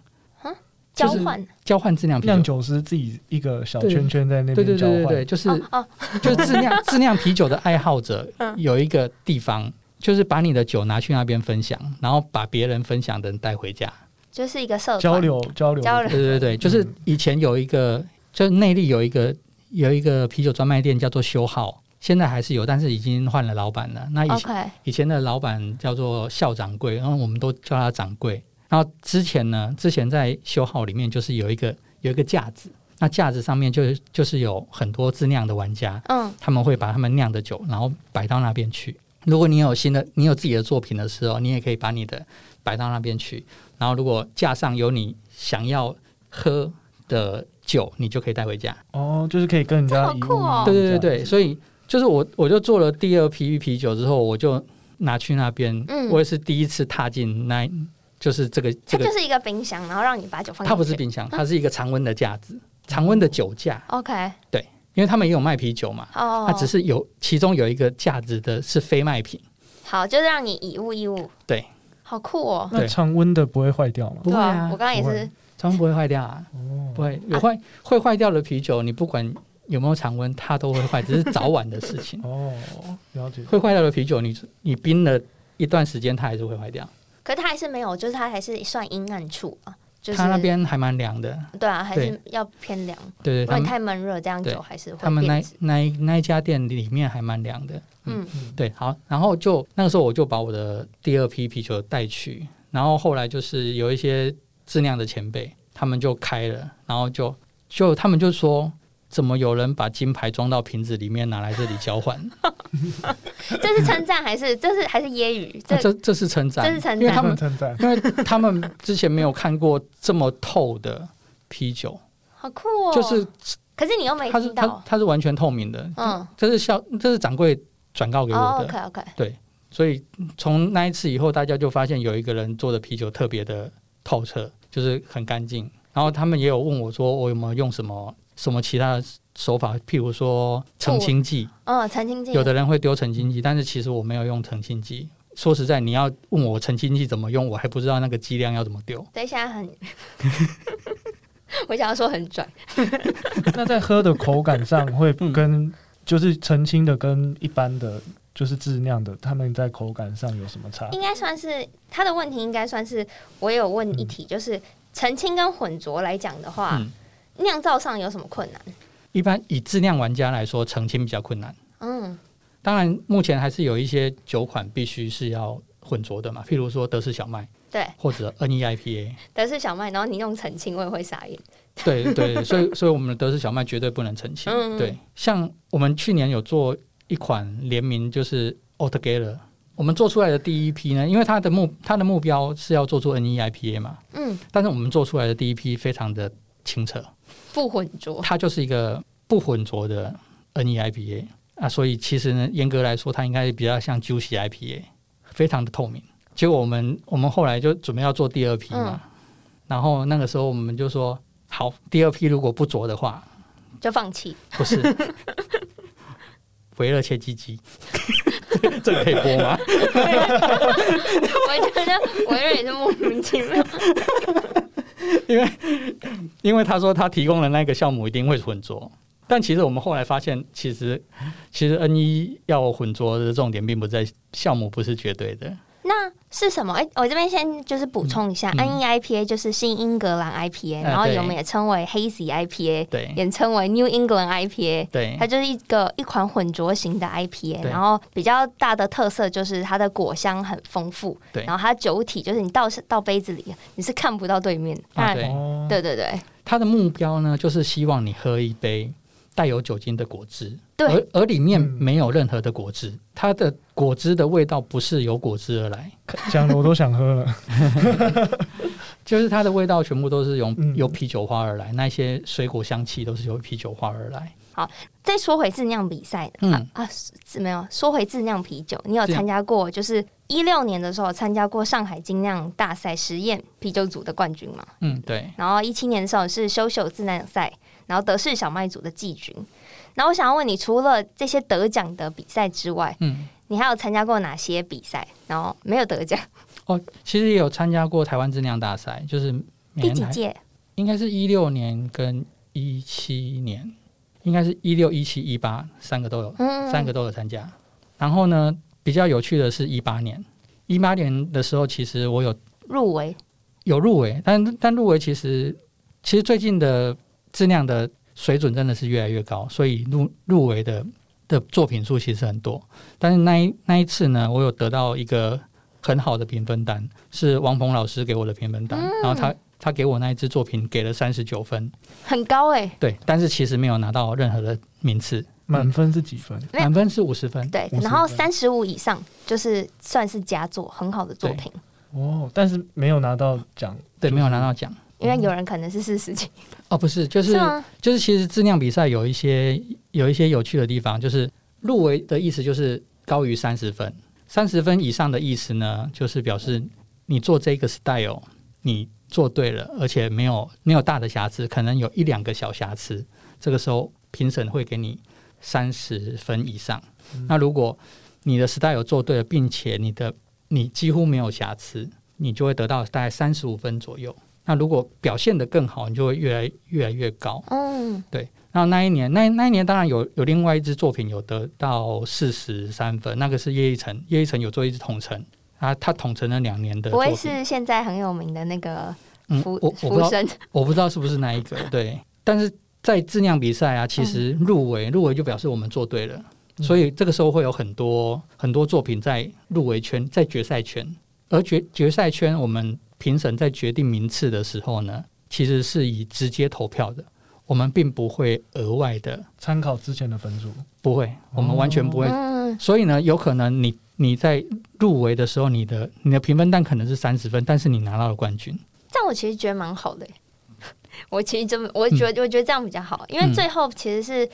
[SPEAKER 4] 交
[SPEAKER 3] 就是
[SPEAKER 4] 换
[SPEAKER 3] 交换自酿啤
[SPEAKER 2] 酿
[SPEAKER 3] 酒。
[SPEAKER 2] 酒师自己一个小圈圈在那
[SPEAKER 3] 对对
[SPEAKER 2] 边交
[SPEAKER 3] 对对对，
[SPEAKER 2] 换，
[SPEAKER 3] 就是、
[SPEAKER 4] 哦哦，
[SPEAKER 3] 就是自酿自酿啤酒的爱好者
[SPEAKER 4] *laughs* 嗯
[SPEAKER 3] 有一个地方，就是把你的酒拿去那边分享，然后把别人分享的人带回家。
[SPEAKER 4] 就是一个社团
[SPEAKER 2] 交流交流
[SPEAKER 4] 交
[SPEAKER 3] 对
[SPEAKER 4] 流
[SPEAKER 3] 对
[SPEAKER 2] 嗯
[SPEAKER 3] 对，就是以前有一个，就是内地有一个有一个啤酒专卖店叫做修浩，现在还是有，但是已经换了老板了。那以前
[SPEAKER 4] OK，
[SPEAKER 3] 以前的老板叫做校掌柜，然后我们都叫他掌柜。然后之前呢，之前在修号里面就是有一个有一个架子，那架子上面就是就是有很多自酿的玩家，
[SPEAKER 4] 嗯，
[SPEAKER 3] 他们会把他们酿的酒，然后摆到那边去。如果你有新的，你有自己的作品的时候，你也可以把你的摆到那边去。然后如果架上有你想要喝的酒，你就可以带回家。
[SPEAKER 2] 哦，就是可以跟人
[SPEAKER 4] 这
[SPEAKER 2] 家
[SPEAKER 4] 好
[SPEAKER 2] 一
[SPEAKER 4] 酷哦
[SPEAKER 2] 样
[SPEAKER 3] 对对对对，所以就是我我就做了第二批啤酒之后，我就拿去那边，
[SPEAKER 4] 嗯
[SPEAKER 3] 我也是第一次踏进那，就是这个
[SPEAKER 4] 它
[SPEAKER 3] 这
[SPEAKER 4] 就
[SPEAKER 3] 个，
[SPEAKER 4] 是一个冰箱，然后让你把酒放进去。
[SPEAKER 3] 它不是冰箱，它是一个常温的架子，常温的酒架，
[SPEAKER 4] OK，
[SPEAKER 3] 因为他们也有卖啤酒嘛，
[SPEAKER 4] 哦，
[SPEAKER 3] 它只是有其中有一个架子的是非卖品，
[SPEAKER 4] 好，就是让你以物易物。
[SPEAKER 3] 对，
[SPEAKER 4] 好酷哦。
[SPEAKER 2] 那
[SPEAKER 3] 对
[SPEAKER 2] 常温的不会坏掉吗？
[SPEAKER 3] 不会啊
[SPEAKER 4] 我刚刚也
[SPEAKER 2] 不会
[SPEAKER 4] 是
[SPEAKER 3] 常温不会坏掉啊，
[SPEAKER 2] 哦，。
[SPEAKER 3] 不会有坏会坏掉的啤酒，你不管有没有常温，它都会坏，只是早晚的事
[SPEAKER 4] *laughs*
[SPEAKER 3] 情
[SPEAKER 2] 哦，了解。
[SPEAKER 3] 会坏掉的啤酒，你你冰了一段时间，它还是会坏掉。
[SPEAKER 4] 可它还是没有，就是它还是算阴暗处啊，就是
[SPEAKER 3] 它那边还蛮凉的，
[SPEAKER 4] 对啊，还是
[SPEAKER 3] 对
[SPEAKER 4] 要偏凉，
[SPEAKER 3] 对对，
[SPEAKER 4] 不
[SPEAKER 3] 他
[SPEAKER 4] 然
[SPEAKER 3] 们
[SPEAKER 4] 太闷热，这样
[SPEAKER 3] 对
[SPEAKER 4] 酒还是
[SPEAKER 3] 他
[SPEAKER 4] 会
[SPEAKER 3] 们
[SPEAKER 4] 变
[SPEAKER 3] 那
[SPEAKER 4] 质。
[SPEAKER 3] 那一那一家店里面还蛮凉的，
[SPEAKER 4] 嗯，
[SPEAKER 3] 对，好，然后就那个时候我就把我的第二批啤酒带去，然后后来就是有一些质量的前辈，他们就开了，然后就就他们就说，怎么有人把金牌装到瓶子里面拿来这里
[SPEAKER 4] *laughs*
[SPEAKER 3] 交换？啊
[SPEAKER 4] 这是称赞还
[SPEAKER 3] *laughs*
[SPEAKER 4] 是这是还是揶揄？这
[SPEAKER 3] 那啊这这是称
[SPEAKER 4] 这
[SPEAKER 3] 赞
[SPEAKER 4] 是，称
[SPEAKER 2] 因为他
[SPEAKER 4] 赞。
[SPEAKER 2] 们称赞，
[SPEAKER 3] 因为他们之前没有看过这么透的啤酒，
[SPEAKER 4] 好酷哦！
[SPEAKER 3] 就是，
[SPEAKER 4] 可是你又没
[SPEAKER 3] 它是
[SPEAKER 4] 听
[SPEAKER 3] 它
[SPEAKER 4] 到，
[SPEAKER 3] 它是完全透明的，
[SPEAKER 4] 嗯，
[SPEAKER 3] 这是校这是掌柜转告给我
[SPEAKER 4] 哦
[SPEAKER 3] 的。
[SPEAKER 4] ，OK OK，
[SPEAKER 3] 所以从那一次以后，大家就发现有一个人做的啤酒特别的透彻，就是很干净。然后他们也有问我说，我有没有用什么什么其他的手法，譬如说澄清剂，
[SPEAKER 4] 嗯，陈清静
[SPEAKER 3] 有的人会丢澄清剂，但是其实我没有用澄清剂。说实在，你要问我澄清剂怎么用，我还不知道那个剂量要怎么丢。
[SPEAKER 4] 对，现在很， *laughs* 我想要说很拽，
[SPEAKER 2] *laughs* 那在喝的口感上会跟、就是澄清的跟一般的就是质量的，他们在口感上有什么差？
[SPEAKER 4] 应该算是他的问题，应该算是我也有问一题，就是澄清跟混浊来讲的话，
[SPEAKER 3] 嗯
[SPEAKER 4] 酿造上有什么困难？
[SPEAKER 3] 一般以质量玩家来说，澄清比较困难。
[SPEAKER 4] 嗯，
[SPEAKER 3] 当然，目前还是有一些酒款必须是要混浊的嘛，譬如说德式小麦
[SPEAKER 4] 对，
[SPEAKER 3] 或者 E NEIPA。
[SPEAKER 4] 德是小麦，然后你用澄清，我也会傻眼。
[SPEAKER 3] 对对， *laughs* 所以所以我们的德式小麦绝对不能澄清。
[SPEAKER 4] 嗯嗯
[SPEAKER 3] 对，像我们去年有做一款联名，就是 Altogether。我们做出来的第一批呢，因为它的目它的目标是要做出 E NEIPA 嘛，
[SPEAKER 4] 嗯，
[SPEAKER 3] 但是我们做出来的第一批非常的清澈，
[SPEAKER 4] 不混浊，
[SPEAKER 3] 它就是一个不浑浊的 NEIPA 啊，所以其实呢，严格来说，它应该比较像 Juicy IPA，非常的透明。结果我们我们后来就准备要做第二批嘛，然后那个时候我们就说，好，第二批如果不浊的话，
[SPEAKER 4] 就放弃。
[SPEAKER 3] 不是维勒切鸡鸡，这这个可以播吗？
[SPEAKER 4] *laughs* 我觉得我有点是莫名其妙。
[SPEAKER 3] 因为他说他提供的那个酵母一定会混浊，但其实我们后来发现，其实其实 N 一要混浊的重点并不在酵母，不是绝对的。
[SPEAKER 4] 那 *laughs* 是什么？哎、我这边先就是补充一下、
[SPEAKER 3] 嗯
[SPEAKER 4] n e i p a 就是新英格兰 IPA，、
[SPEAKER 3] 啊
[SPEAKER 4] 然后
[SPEAKER 3] 对
[SPEAKER 4] 我们也称为 Hazy IPA，
[SPEAKER 3] 对
[SPEAKER 4] 也称为 New England IPA。
[SPEAKER 3] 对
[SPEAKER 4] 它，就是一个一款混浊型的 IPA，
[SPEAKER 3] 对
[SPEAKER 4] 然后比较大的特色就是它的果香很丰富，
[SPEAKER 3] 对
[SPEAKER 4] 然后它酒体就是你倒到杯子里，你是看不到对面的。当
[SPEAKER 3] 啊
[SPEAKER 4] 然，
[SPEAKER 3] 对
[SPEAKER 2] 哦，
[SPEAKER 4] 对对对
[SPEAKER 3] 他的目标呢，就是希望你喝一杯带有酒精的果汁，
[SPEAKER 4] 对
[SPEAKER 3] 而而里面
[SPEAKER 2] 嗯
[SPEAKER 3] 没有任何的果汁，它的果汁的味道不是由果汁而来，
[SPEAKER 2] 讲的我都想喝 *laughs* 了。
[SPEAKER 3] 就是它的味道全部都是由
[SPEAKER 2] 嗯
[SPEAKER 3] 由啤酒花而来，那些水果香气都是由啤酒花而来。
[SPEAKER 4] 再说回自酿比赛，
[SPEAKER 3] 嗯
[SPEAKER 4] 啊啊，是没有说回自酿啤酒，你有
[SPEAKER 3] 这样
[SPEAKER 4] 参加过？就是一六年的时候参加过上海精酿大赛实验啤酒组的冠军嘛？
[SPEAKER 3] 嗯，对，
[SPEAKER 4] 然后一七年的时候是修秀自酿赛，然后德式小麦组的季军。然后我想要问你，除了这些得奖的比赛之外，
[SPEAKER 3] 嗯。
[SPEAKER 4] 你还有参加过哪些比赛？然后没有
[SPEAKER 3] *laughs*
[SPEAKER 4] 得奖，
[SPEAKER 3] 哦，其实也有参加过台湾质量大赛，就是
[SPEAKER 4] 第
[SPEAKER 3] 每年
[SPEAKER 4] 几
[SPEAKER 3] 来
[SPEAKER 4] 届？
[SPEAKER 3] 应该是一六年跟一七年，应该是一六、一七、一八三个都有，
[SPEAKER 4] 嗯
[SPEAKER 3] 三个都有参加。然后呢，比较有趣的是一八年，一八年的时候，其实我有
[SPEAKER 4] 入围。
[SPEAKER 3] 有入围，但但入围其实其实最近的质量的水准真的是越来越高，所以入入围的的作品数其实很多。但是那一那一次呢，我有得到一个很好的评分单，是王鹏老师给我的评分单，
[SPEAKER 4] 嗯
[SPEAKER 3] 然后他他给我那一支作品给了三十九分，
[SPEAKER 4] 很高哎、
[SPEAKER 3] 对，但是其实没有拿到任何的名次，
[SPEAKER 2] 满分是几分？
[SPEAKER 4] 没有
[SPEAKER 3] 满分是五十分，
[SPEAKER 4] 对，
[SPEAKER 2] 五十
[SPEAKER 4] 然后
[SPEAKER 2] 分
[SPEAKER 4] 三十五以上就是算是佳作，很好的作
[SPEAKER 3] 对
[SPEAKER 4] 品，
[SPEAKER 2] 哦，但是没有拿到奖，
[SPEAKER 3] 对，没有拿到奖。
[SPEAKER 4] 因为有人可能是四十几，
[SPEAKER 3] 哦，不是，就是
[SPEAKER 4] 是吗？
[SPEAKER 3] 就是其实质量比赛有一些有一些有趣的地方，就是入围的意思就是高于三十分，三十分以上的意思呢，就是表示你做这个 style 你做对了，而且没有没有大的瑕疵，可能有一两个小瑕疵，这个时候评审会给你三十分以上。那如果你的 style 做对了，并且你的你几乎没有瑕疵，你就会得到大概三十五分左右。那如果表现得更好，你就会越来越来越高。
[SPEAKER 4] 嗯，
[SPEAKER 3] 对，然后那一年，那那一年当然有有另外一支作品有得到四十三分，那个是叶一晨，叶一晨有做一支统称，啊，他统称了两年的
[SPEAKER 4] 不
[SPEAKER 3] 作
[SPEAKER 4] 会
[SPEAKER 3] 品，
[SPEAKER 4] 是现在很有名的那个
[SPEAKER 3] 嗯，
[SPEAKER 4] 福
[SPEAKER 3] 我我不知
[SPEAKER 4] 福
[SPEAKER 3] 道，
[SPEAKER 4] 生，
[SPEAKER 3] 我不知道是不是那一
[SPEAKER 4] *laughs*
[SPEAKER 3] 个，对，但是在质量比赛啊，其实
[SPEAKER 4] 嗯
[SPEAKER 3] 入围、入围就表示我们做对了，所以这个时候会有很多很多作品在入围圈，在决赛圈，而决决赛圈我们评审在决定名次的时候呢，其实是以直接投票的，我们并不会额外的，
[SPEAKER 2] 参考之前的分数，
[SPEAKER 3] 不会，我们完全不会。
[SPEAKER 4] 嗯，
[SPEAKER 3] 所以呢，有可能你你在入围的时候，你的你的评分但可能是三十分，但是你拿到了冠军。
[SPEAKER 4] 但我其实觉得蛮好的欸。 *laughs* 我其实这么，我觉得、我觉得这样比较好，因为
[SPEAKER 3] 嗯
[SPEAKER 4] 最后其实是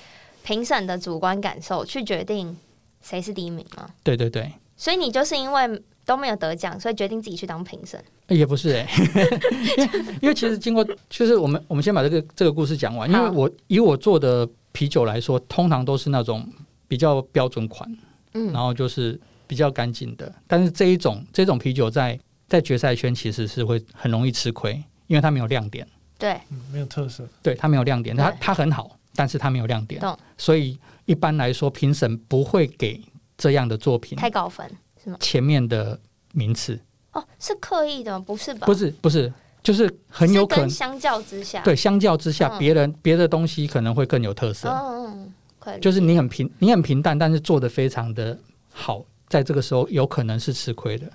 [SPEAKER 4] 评审的主观感受去决定谁是第一名嘛。
[SPEAKER 3] 对对对，
[SPEAKER 4] 所以你就是因为都没有得奖，所以决定自己去当评审。
[SPEAKER 3] 欸也不是
[SPEAKER 4] *laughs*
[SPEAKER 3] 哎、欸，因为因为其实经过，就是我们我们先把这个这个故事讲完，因为
[SPEAKER 4] 好
[SPEAKER 3] 我以我做的啤酒来说，通常都是那种比较标准款，
[SPEAKER 4] 嗯
[SPEAKER 3] 然后就是比较干净的，但是这一种这种啤酒在在决赛圈其实是会很容易吃亏，因为它没有亮点，
[SPEAKER 4] 对，
[SPEAKER 2] 嗯，没有特色，
[SPEAKER 3] 对它没有亮点，它
[SPEAKER 4] 对
[SPEAKER 3] 它很好，但是它没有亮点
[SPEAKER 4] 懂，
[SPEAKER 3] 所以一般来说评审不会给这样的作品
[SPEAKER 4] 太高分是吗？
[SPEAKER 3] 前面的名次，
[SPEAKER 4] 哦，是刻意的吗？不是吧？
[SPEAKER 3] 不是不是，就是很有
[SPEAKER 4] 是
[SPEAKER 3] 可
[SPEAKER 4] 跟
[SPEAKER 3] 能。
[SPEAKER 4] 相较之下，
[SPEAKER 3] 对，相较之下，
[SPEAKER 4] 嗯
[SPEAKER 3] 别人别的东西可能会更有特色。
[SPEAKER 4] 嗯，嗯，可以，
[SPEAKER 3] 就是你很平，你很平淡，但是做的非常的好，在这个时候有可能是吃亏的。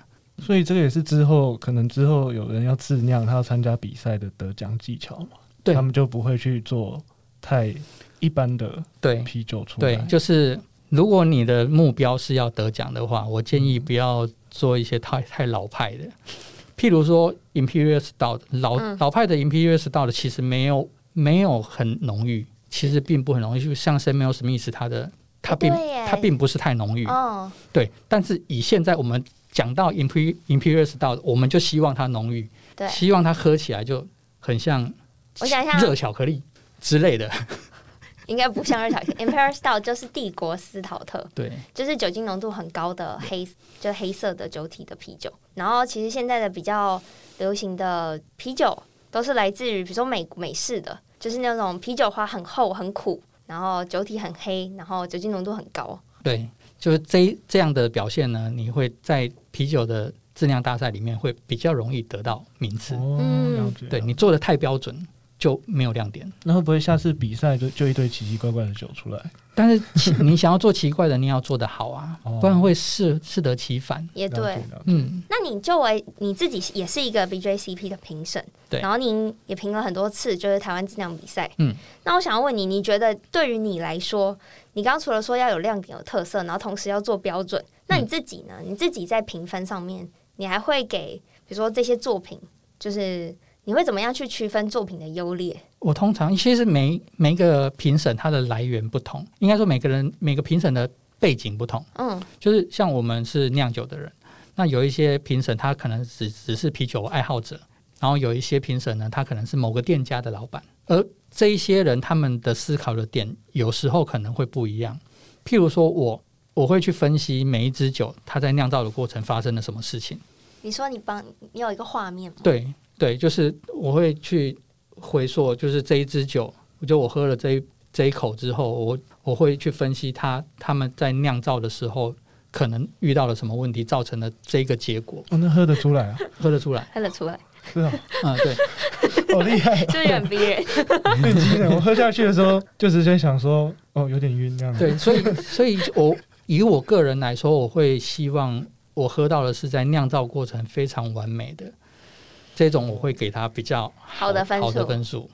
[SPEAKER 2] 所以这个也是之后可能之后有人要自酿，他要参加比赛的得奖技巧嘛，
[SPEAKER 3] 对
[SPEAKER 2] 他们就不会去做太一般的
[SPEAKER 3] 对
[SPEAKER 2] 啤酒出来，
[SPEAKER 3] 对，就是如果你的目标是要得奖的话，我建议不要做一些太太老派的，譬如说 Imperial Stout 老、
[SPEAKER 4] 嗯
[SPEAKER 3] 老派的 Imperial Stout 其实没有没有很浓郁，其实并不很浓郁，就像 Samuel Smith 他的他并
[SPEAKER 4] 对耶
[SPEAKER 3] 他并不是太浓郁。
[SPEAKER 4] 哦，
[SPEAKER 3] 对，但是以现在我们讲到 Imper- Imperial Stout，我们就希望它浓郁，
[SPEAKER 4] 对，
[SPEAKER 3] 希望它喝起来就很像
[SPEAKER 4] 我想一下，
[SPEAKER 3] 热巧克力之类的。
[SPEAKER 4] 应该不像热巧 *laughs* 克力 Imperial Stout 就是帝国斯陶特，
[SPEAKER 3] 对，
[SPEAKER 4] 就是酒精浓度很高的黑，就黑色的酒体的啤酒。然后其实现在的比较流行的啤酒都是来自于，比如说美美式的，就是那种啤酒花很厚很苦，然后酒体很黑，然后酒精浓度很高。
[SPEAKER 3] 对，就是这这样的表现呢，你会在啤酒的质量大赛里面会比较容易得到名次。
[SPEAKER 2] 哦，
[SPEAKER 4] 嗯
[SPEAKER 2] 了解，
[SPEAKER 3] 对你做的太标准就没有亮点。
[SPEAKER 2] 那会不会下次比赛就就一堆奇奇怪怪的酒出来？
[SPEAKER 3] 但是其 *laughs* 你想要做奇怪的，你要做得好啊
[SPEAKER 2] 哦，
[SPEAKER 3] 不然会适适得其反。
[SPEAKER 4] 也
[SPEAKER 2] 了
[SPEAKER 4] 对
[SPEAKER 2] 解，了解
[SPEAKER 3] 嗯，
[SPEAKER 4] 那你作为你自己也是一个 BJCP 的评审，
[SPEAKER 3] 对
[SPEAKER 4] 然后您也评了很多次，就是台湾质量比赛，
[SPEAKER 3] 嗯，
[SPEAKER 4] 那我想要问你，你觉得对于你来说，你刚刚除了说要有亮点、有特色，然后同时要做标准，那你自己呢？
[SPEAKER 3] 嗯
[SPEAKER 4] 你自己在评分上面，你还会给比如说这些作品，就是你会怎么样去区分作品的优劣？
[SPEAKER 3] 我通常其实每每一个评审他的来源不同，应该说每个人每个评审的背景不同。
[SPEAKER 4] 嗯，
[SPEAKER 3] 就是像我们是酿酒的人，那有一些评审他可能只只是啤酒爱好者，然后有一些评审呢，他可能是某个店家的老板，而这一些人他们的思考的点有时候可能会不一样。譬如说我我会去分析每一支酒它在酿造的过程发生了什么事情。
[SPEAKER 4] 你说你帮你有一个画面吗？
[SPEAKER 3] 对对，就是我会去回溯，就是这一支酒，我就我喝了这一这一口之后，我我会去分析它他们在酿造的时候可能遇到了什么问题，造成了这个结果，
[SPEAKER 2] 哦，那喝得出来啊，
[SPEAKER 3] 喝得出来。
[SPEAKER 4] 看得出来， *laughs*
[SPEAKER 2] 是啊，
[SPEAKER 3] 嗯，对，
[SPEAKER 2] 好厉害，
[SPEAKER 4] 是不是很逼人？
[SPEAKER 2] 很惊人。我喝下去的时候就直接想说，哦，有点晕这样子。
[SPEAKER 3] 对，所以所以我以我个人来说，我会希望我喝到的是在酿造过程非常完美的这种，我会给它比较
[SPEAKER 4] 好的分
[SPEAKER 3] 好的
[SPEAKER 4] 数，
[SPEAKER 3] 分数。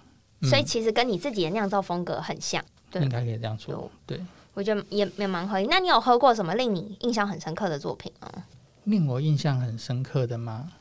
[SPEAKER 4] *laughs*
[SPEAKER 3] 嗯
[SPEAKER 4] 所以其实跟你自己的酿造风格很像。对
[SPEAKER 3] 应该可以这样说
[SPEAKER 4] 有。
[SPEAKER 3] 对，
[SPEAKER 4] 我觉得也也蛮合理。那你有喝过什么令你印象很深刻的作品吗？
[SPEAKER 3] 令我印象很深刻的吗？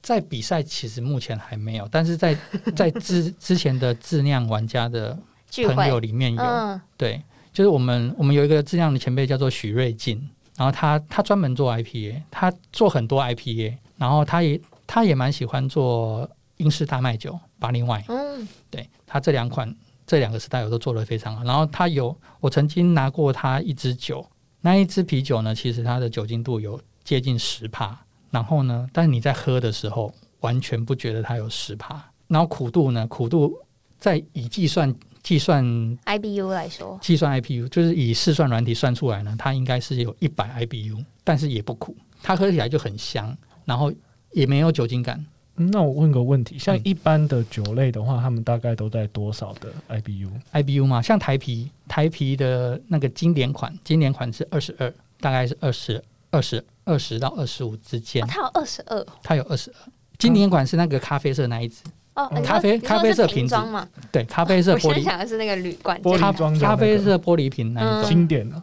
[SPEAKER 3] 在比赛其实目前还没有，但是在 *laughs* 在之之前的质量玩家的
[SPEAKER 4] 聚
[SPEAKER 3] 朋友
[SPEAKER 4] 会，
[SPEAKER 3] 里面有，
[SPEAKER 4] 嗯，
[SPEAKER 3] 对，就是我们我们有一个质量的前辈叫做许瑞进，然后他他专门做 IPA，他做很多 IPA，然后他也他也蛮喜欢做英式大麦酒八零 Y，
[SPEAKER 4] 嗯，
[SPEAKER 3] 对他这两款这两个 style 都做得非常好。然后他有我曾经拿过他一支酒，那一支啤酒呢，其实它的酒精度有接近十帕，然后呢，但是你在喝的时候完全不觉得它有十帕，然后苦度呢，苦度在以计算计算
[SPEAKER 4] IBU 来说，
[SPEAKER 3] 计算 IPU，就是以试算软体算出来呢，它应该是有一百 IBU，但是也不苦，它喝起来就很香，然后也没有酒精感。
[SPEAKER 2] 嗯那我问个问题，像
[SPEAKER 3] 嗯
[SPEAKER 2] 一般的酒类的话，他们大概都在多少的 IBU？
[SPEAKER 3] IBU 嘛，像台啤，台啤的那个经典款，经典款是二十二，大概是二十二十二十到二十五之间
[SPEAKER 4] 哦，，它有二十二
[SPEAKER 3] 它有二十二。经典款是那个咖啡色那一只，
[SPEAKER 4] 哦，你说
[SPEAKER 3] 嗯咖啡
[SPEAKER 4] 你说
[SPEAKER 3] 咖啡色
[SPEAKER 4] 是
[SPEAKER 3] 瓶
[SPEAKER 4] 瓶
[SPEAKER 3] 子
[SPEAKER 4] 装嘛，
[SPEAKER 3] 对，咖啡色
[SPEAKER 4] 哦我现
[SPEAKER 3] 玻
[SPEAKER 4] 在
[SPEAKER 3] 璃，
[SPEAKER 4] 想的嗯是那个铝罐
[SPEAKER 2] 玻璃
[SPEAKER 4] 装
[SPEAKER 3] 咖
[SPEAKER 4] 的
[SPEAKER 2] 装的
[SPEAKER 3] 咖啡
[SPEAKER 2] 那个
[SPEAKER 3] 色玻璃瓶那一种，
[SPEAKER 2] 经典的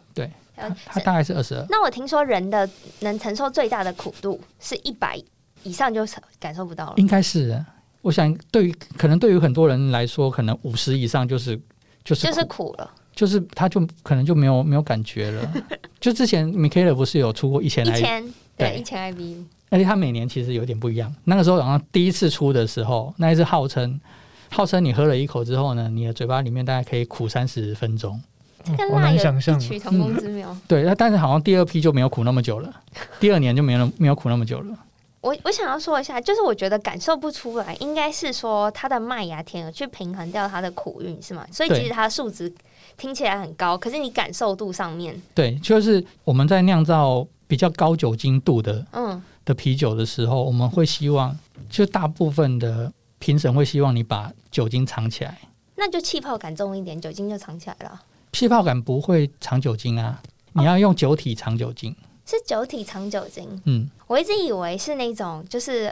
[SPEAKER 4] 呃
[SPEAKER 3] 它大概是二十二。
[SPEAKER 4] 那我听说人的能承受最大的苦度是一百以上就感受不到了。
[SPEAKER 3] 应该是啊，我想对于可能对于很多人来说，可能五十以上就是就是
[SPEAKER 4] 就是
[SPEAKER 3] 苦
[SPEAKER 4] 苦了，
[SPEAKER 3] 就是他就可能就没有没有感觉了。
[SPEAKER 4] *laughs*
[SPEAKER 3] 就之前 Michaela 不是有出过一千
[SPEAKER 4] 一
[SPEAKER 3] I，
[SPEAKER 4] 千对
[SPEAKER 3] 对
[SPEAKER 4] 一千 IBU，
[SPEAKER 3] 而且他每年其实有点不一样。那个时候好像第一次出的时候，那一次号称号称你喝了一口之后呢，你的嘴巴里面大概可以苦三十分钟。
[SPEAKER 2] 嗯
[SPEAKER 4] 跟
[SPEAKER 2] 好
[SPEAKER 4] 辣
[SPEAKER 2] 难
[SPEAKER 4] 有
[SPEAKER 2] 想
[SPEAKER 4] 异
[SPEAKER 2] 象
[SPEAKER 4] 曲同工之妙。
[SPEAKER 3] 对，那但是好像第二批就没有苦那么久了，第二年就没有没有苦那么久了。
[SPEAKER 4] 我我想要说一下，就是我觉得感受不出来，应该是说它的麦芽甜额去平衡掉它的苦韵，是吗？所以
[SPEAKER 3] 对
[SPEAKER 4] 其实它的数值听起来很高，可是你感受度上面，
[SPEAKER 3] 对，就是我们在酿造比较高酒精度的
[SPEAKER 4] 嗯，
[SPEAKER 3] 的啤酒的时候，我们会希望，就大部分的评审会希望你把酒精藏起来，
[SPEAKER 4] 那就气泡感重一点，酒精就藏起来了。
[SPEAKER 3] 气泡感不会藏酒精啊，你要用酒体藏酒精。
[SPEAKER 4] 是酒体藏酒精，
[SPEAKER 3] 嗯，
[SPEAKER 4] 我一直以为是那种就是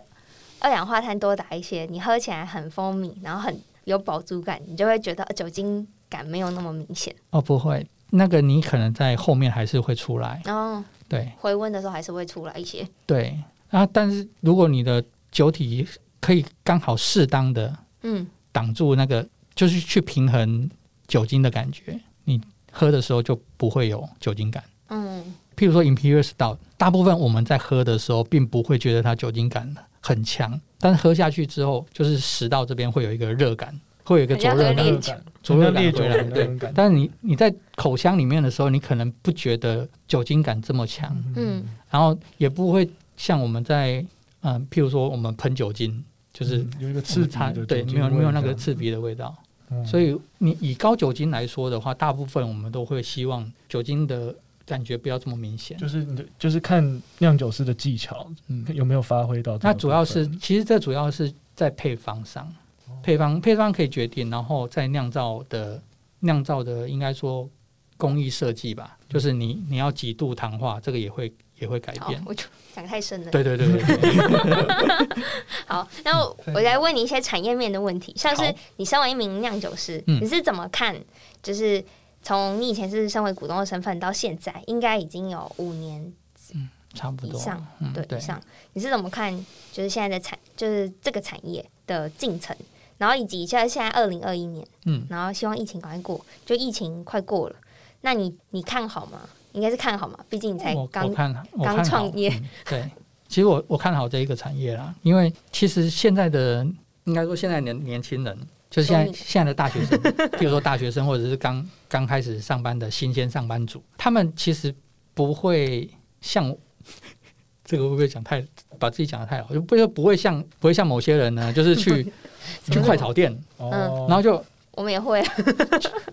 [SPEAKER 4] 二氧化碳多打一些，你喝起来很蜂蜜，然后很有饱足感，你就会觉得呃酒精感没有那么明显。
[SPEAKER 3] 哦，不会，那个你可能在后面还是会出来。
[SPEAKER 4] 然后
[SPEAKER 3] 对
[SPEAKER 4] 回温的时候还是会出来一些，
[SPEAKER 3] 对，啊，但是如果你的酒体可以刚好适当的
[SPEAKER 4] 嗯，
[SPEAKER 3] 挡住那个，就是去平衡酒精的感觉，你喝的时候就不会有酒精感。
[SPEAKER 4] 嗯，
[SPEAKER 3] 譬如说 Imperial Stout，大部分我们在喝的时候，并不会觉得它酒精感很强，但是喝下去之后，就是食道这边会有一个热感，会有一个灼热
[SPEAKER 4] 很像喝
[SPEAKER 3] 感
[SPEAKER 4] 烈。
[SPEAKER 2] 感，
[SPEAKER 3] 灼热
[SPEAKER 2] 像
[SPEAKER 3] 感
[SPEAKER 2] 烈酒
[SPEAKER 3] 回来，
[SPEAKER 2] 的那
[SPEAKER 3] 对
[SPEAKER 2] 种感。觉。
[SPEAKER 3] 但是你你在口腔里面的时候，你可能不觉得酒精感这么强，
[SPEAKER 4] 嗯，
[SPEAKER 3] 然后也不会像我们在嗯、呃譬如说我们喷酒精，就是
[SPEAKER 2] 嗯有一个刺
[SPEAKER 3] 它
[SPEAKER 2] 鼻的
[SPEAKER 3] 对
[SPEAKER 2] 酒精
[SPEAKER 3] 没有
[SPEAKER 2] 味
[SPEAKER 3] 没有那
[SPEAKER 2] 这
[SPEAKER 3] 个
[SPEAKER 2] 样
[SPEAKER 3] 刺鼻的味道。
[SPEAKER 2] 嗯
[SPEAKER 3] 所以你以高酒精来说的话，大部分我们都会希望酒精的感觉不要这么明显。
[SPEAKER 2] 就是你的，就是看酿酒师的技巧
[SPEAKER 3] 嗯，
[SPEAKER 2] 有没有发挥到这个部分。
[SPEAKER 3] 那主要是，其实这主要是在配方上，
[SPEAKER 2] 哦
[SPEAKER 3] 配方配方可以决定，然后在酿造的酿造的应该说工艺设计吧，
[SPEAKER 2] 嗯
[SPEAKER 3] 就是你你要几度糖化，这个也会也会改
[SPEAKER 4] 好
[SPEAKER 3] 变，。
[SPEAKER 4] 我就讲太深了。
[SPEAKER 3] 对对对对对，
[SPEAKER 4] 好，那我我来问你一些产业面的问题，像是
[SPEAKER 3] 嗯好
[SPEAKER 4] 你身为一名酿酒师，
[SPEAKER 3] 嗯
[SPEAKER 4] 你是怎么看？就是从你以前是身为股东的身份到现在，应该已经有五年
[SPEAKER 3] *laughs* 差不
[SPEAKER 4] 以
[SPEAKER 3] 多。
[SPEAKER 4] 上，
[SPEAKER 3] 嗯，
[SPEAKER 4] 对以上，你是怎么看？就是现在的产，就是这个产业的进程，然后以及现在现在二零二一年，
[SPEAKER 3] 嗯，
[SPEAKER 4] 然后希望疫情赶快过，就疫情快过了，那你你看好吗？应该是看好嘛，毕竟你才
[SPEAKER 3] 哦我
[SPEAKER 4] 刚
[SPEAKER 3] 我看我
[SPEAKER 4] 刚
[SPEAKER 3] 看好
[SPEAKER 4] 创业
[SPEAKER 3] 嗯对，其实我我看好这一个产业啦，因为其实现在的应该说现在的年轻人，就是现
[SPEAKER 4] 所
[SPEAKER 3] 在
[SPEAKER 4] 以
[SPEAKER 3] 现在的大学生，比如说大学生或者是刚刚开始上班的新鲜上班族，他们其实不会像这个会不会讲太把自己讲的太好，就不不会像不会像某些人呢，就是去去快炒店，
[SPEAKER 2] 哦，
[SPEAKER 3] 然后就
[SPEAKER 4] 我们也会啊，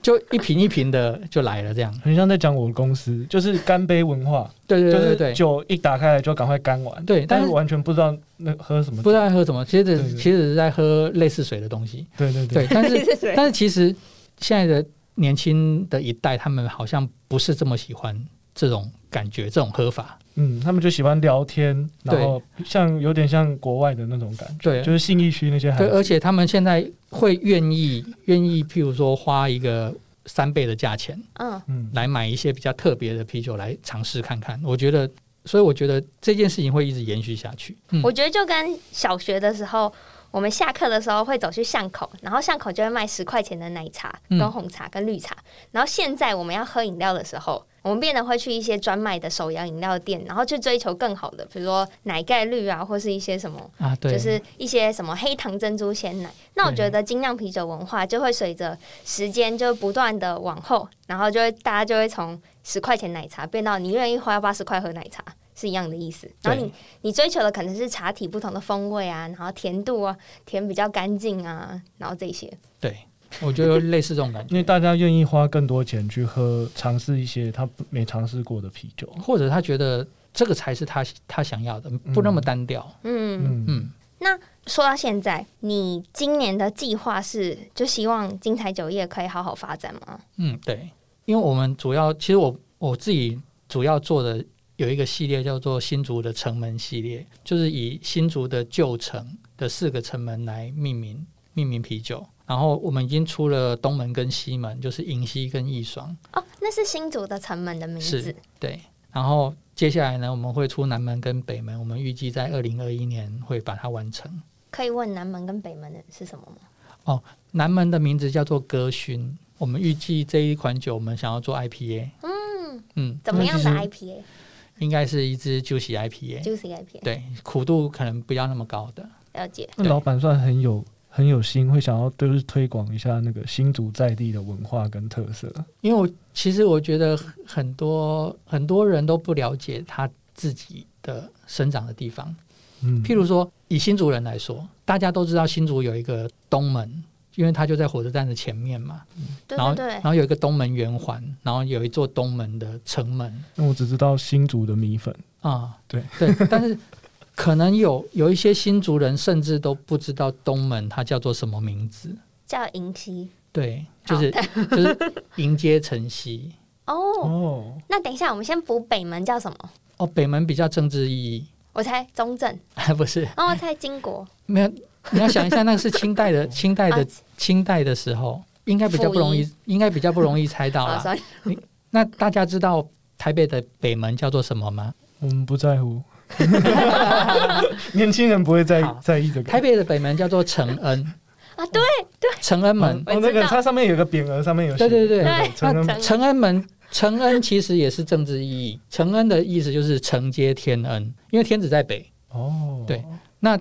[SPEAKER 3] 就一瓶一瓶的就来了这样，
[SPEAKER 2] 很像在讲我的公司，就是干杯文化，
[SPEAKER 3] *laughs* 对对
[SPEAKER 2] 就
[SPEAKER 3] 对对
[SPEAKER 2] 是
[SPEAKER 3] 对。
[SPEAKER 2] 酒一打开来就赶快干完，
[SPEAKER 3] 对但
[SPEAKER 2] 但
[SPEAKER 3] 是
[SPEAKER 2] 是完全不知道那喝什么酒，
[SPEAKER 3] 不知道在喝什么，其实
[SPEAKER 2] 对对
[SPEAKER 3] 其实是在喝类似水的东西，
[SPEAKER 2] 对对
[SPEAKER 3] 对，，
[SPEAKER 4] *laughs*
[SPEAKER 3] 但是
[SPEAKER 4] 是谁
[SPEAKER 3] 但是其实现在的年轻的一代，他们好像不是这么喜欢这种感觉、这种喝法。
[SPEAKER 2] 嗯，他们就喜欢聊天，
[SPEAKER 3] 对
[SPEAKER 2] 然后像有点像国外的那种感觉，
[SPEAKER 3] 对
[SPEAKER 2] 就是信义区那些孩
[SPEAKER 3] 对，而
[SPEAKER 2] 子，
[SPEAKER 3] 且他们现在会愿意愿意，譬如说花一个三倍的价钱
[SPEAKER 4] 嗯，
[SPEAKER 2] 嗯，
[SPEAKER 3] 来买一些比较特别的啤酒来尝试看看。我觉得，所以我觉得这件事情会一直延续下去。嗯
[SPEAKER 4] 我觉得就跟小学的时候，我们下课的时候会走去巷口，然后巷口就会卖十块钱的奶茶、
[SPEAKER 3] 嗯
[SPEAKER 4] 跟红茶、跟绿茶。然后现在我们要喝饮料的时候，我们变得会去一些专卖的手摇饮料店，然后去追求更好的，比如说奶盖绿啊，或是一些什么，
[SPEAKER 3] 啊，对，
[SPEAKER 4] 就是一些什么黑糖珍珠鲜奶。那我觉得精酿啤酒文化就会随着时间就不断的往后，然后就会大家就会从十块钱奶茶变到你愿意花八十块喝奶茶。是一样的意思，然后你
[SPEAKER 3] 对
[SPEAKER 4] 你追求的可能是茶体不同的风味啊，然后甜度啊，甜比较干净啊，然后这些。
[SPEAKER 3] 对，我觉得类似这种感觉。
[SPEAKER 2] 因为大家愿意花更多钱去喝尝试一些他没尝试过的啤酒，
[SPEAKER 3] 或者他觉得这个才是他他想要的，不那么单调。
[SPEAKER 4] 嗯，
[SPEAKER 2] 嗯，
[SPEAKER 3] 嗯
[SPEAKER 4] 说到现在，你今年的计划是就希望精彩酒业可以好好发展吗？
[SPEAKER 3] 嗯，对，因为我们主要其实我我自己主要做的有一个系列叫做新竹的城门系列，就是以新竹的旧城的四个城门来命名。命名啤酒。然后我们已经出了东门跟西门，就是银溪跟益爽，
[SPEAKER 4] 哦，那是新竹的城门的名字
[SPEAKER 3] 是。对。然后接下来呢，我们会出南门跟北门，我们预计在二零二一年会把它完成。
[SPEAKER 4] 可以问南门跟北门的是什么吗？
[SPEAKER 3] 南门的名字叫做歌勋，我们预计这一款酒我们想要做 IPA，
[SPEAKER 4] 嗯，
[SPEAKER 3] 嗯，
[SPEAKER 4] 怎么样的
[SPEAKER 2] 那
[SPEAKER 4] IPA？
[SPEAKER 3] 应该是一支 juicy IPA，
[SPEAKER 4] juicy IPA，
[SPEAKER 3] 对，苦度可能不要那么高的。
[SPEAKER 4] 了解。
[SPEAKER 2] 那
[SPEAKER 3] 对
[SPEAKER 2] 老板算很有很有心，会想要就是推广一下那个新竹在地的文化跟特色。
[SPEAKER 3] 因为我其实我觉得很多很多人都不了解他自己的生长的地方。
[SPEAKER 2] 嗯，
[SPEAKER 3] 譬如说，以新竹人来说，大家都知道新竹有一个东门，因为它就在火车站的前面嘛。
[SPEAKER 4] 对
[SPEAKER 3] 然后
[SPEAKER 4] 对对
[SPEAKER 3] 然，后有一个东门圆环，然后有一座东门的城门
[SPEAKER 2] 那我只知道新竹的米粉，
[SPEAKER 3] 啊、
[SPEAKER 2] 对
[SPEAKER 3] 对，但是。可能有有一些新竹人甚至都不知道东门它叫做什么名字，
[SPEAKER 4] 叫银溪。
[SPEAKER 3] 对，就是
[SPEAKER 4] *laughs*
[SPEAKER 3] 就是迎接晨曦
[SPEAKER 4] 哦，
[SPEAKER 2] 哦，
[SPEAKER 4] 那等一下，我们先补北门叫什么？
[SPEAKER 3] 哦。北门比较政治意义，啊
[SPEAKER 4] 我猜中正，
[SPEAKER 3] 不是
[SPEAKER 4] 然后我猜金国，
[SPEAKER 3] 没有，你要想一下，那个是清代
[SPEAKER 4] *laughs*
[SPEAKER 3] 的，清代的
[SPEAKER 4] 啊，
[SPEAKER 3] 清代的时候，应该比较不容易，应该比较不容易
[SPEAKER 4] *laughs*
[SPEAKER 3] 猜到
[SPEAKER 4] 好
[SPEAKER 3] 啦。
[SPEAKER 4] 哦，sorry，
[SPEAKER 3] 那大家知道台北的北门叫做什么吗？
[SPEAKER 2] 我们不在
[SPEAKER 3] *laughs*
[SPEAKER 2] 乎，年轻人不会在
[SPEAKER 3] 好
[SPEAKER 2] 在意这个。
[SPEAKER 3] 台北的北门叫做承恩，
[SPEAKER 4] 啊，对，
[SPEAKER 3] 嗯承恩门。
[SPEAKER 2] 哦，
[SPEAKER 4] 我知
[SPEAKER 2] 那个
[SPEAKER 4] 道
[SPEAKER 2] 它上面有个匾额，上面有
[SPEAKER 3] 对对对
[SPEAKER 2] 那
[SPEAKER 4] 对
[SPEAKER 2] 个成人
[SPEAKER 4] 承
[SPEAKER 3] 承恩门，承恩其实也是政治意义。承恩的意思就是承接天恩，因为天子在北。
[SPEAKER 2] 哦，
[SPEAKER 3] 对那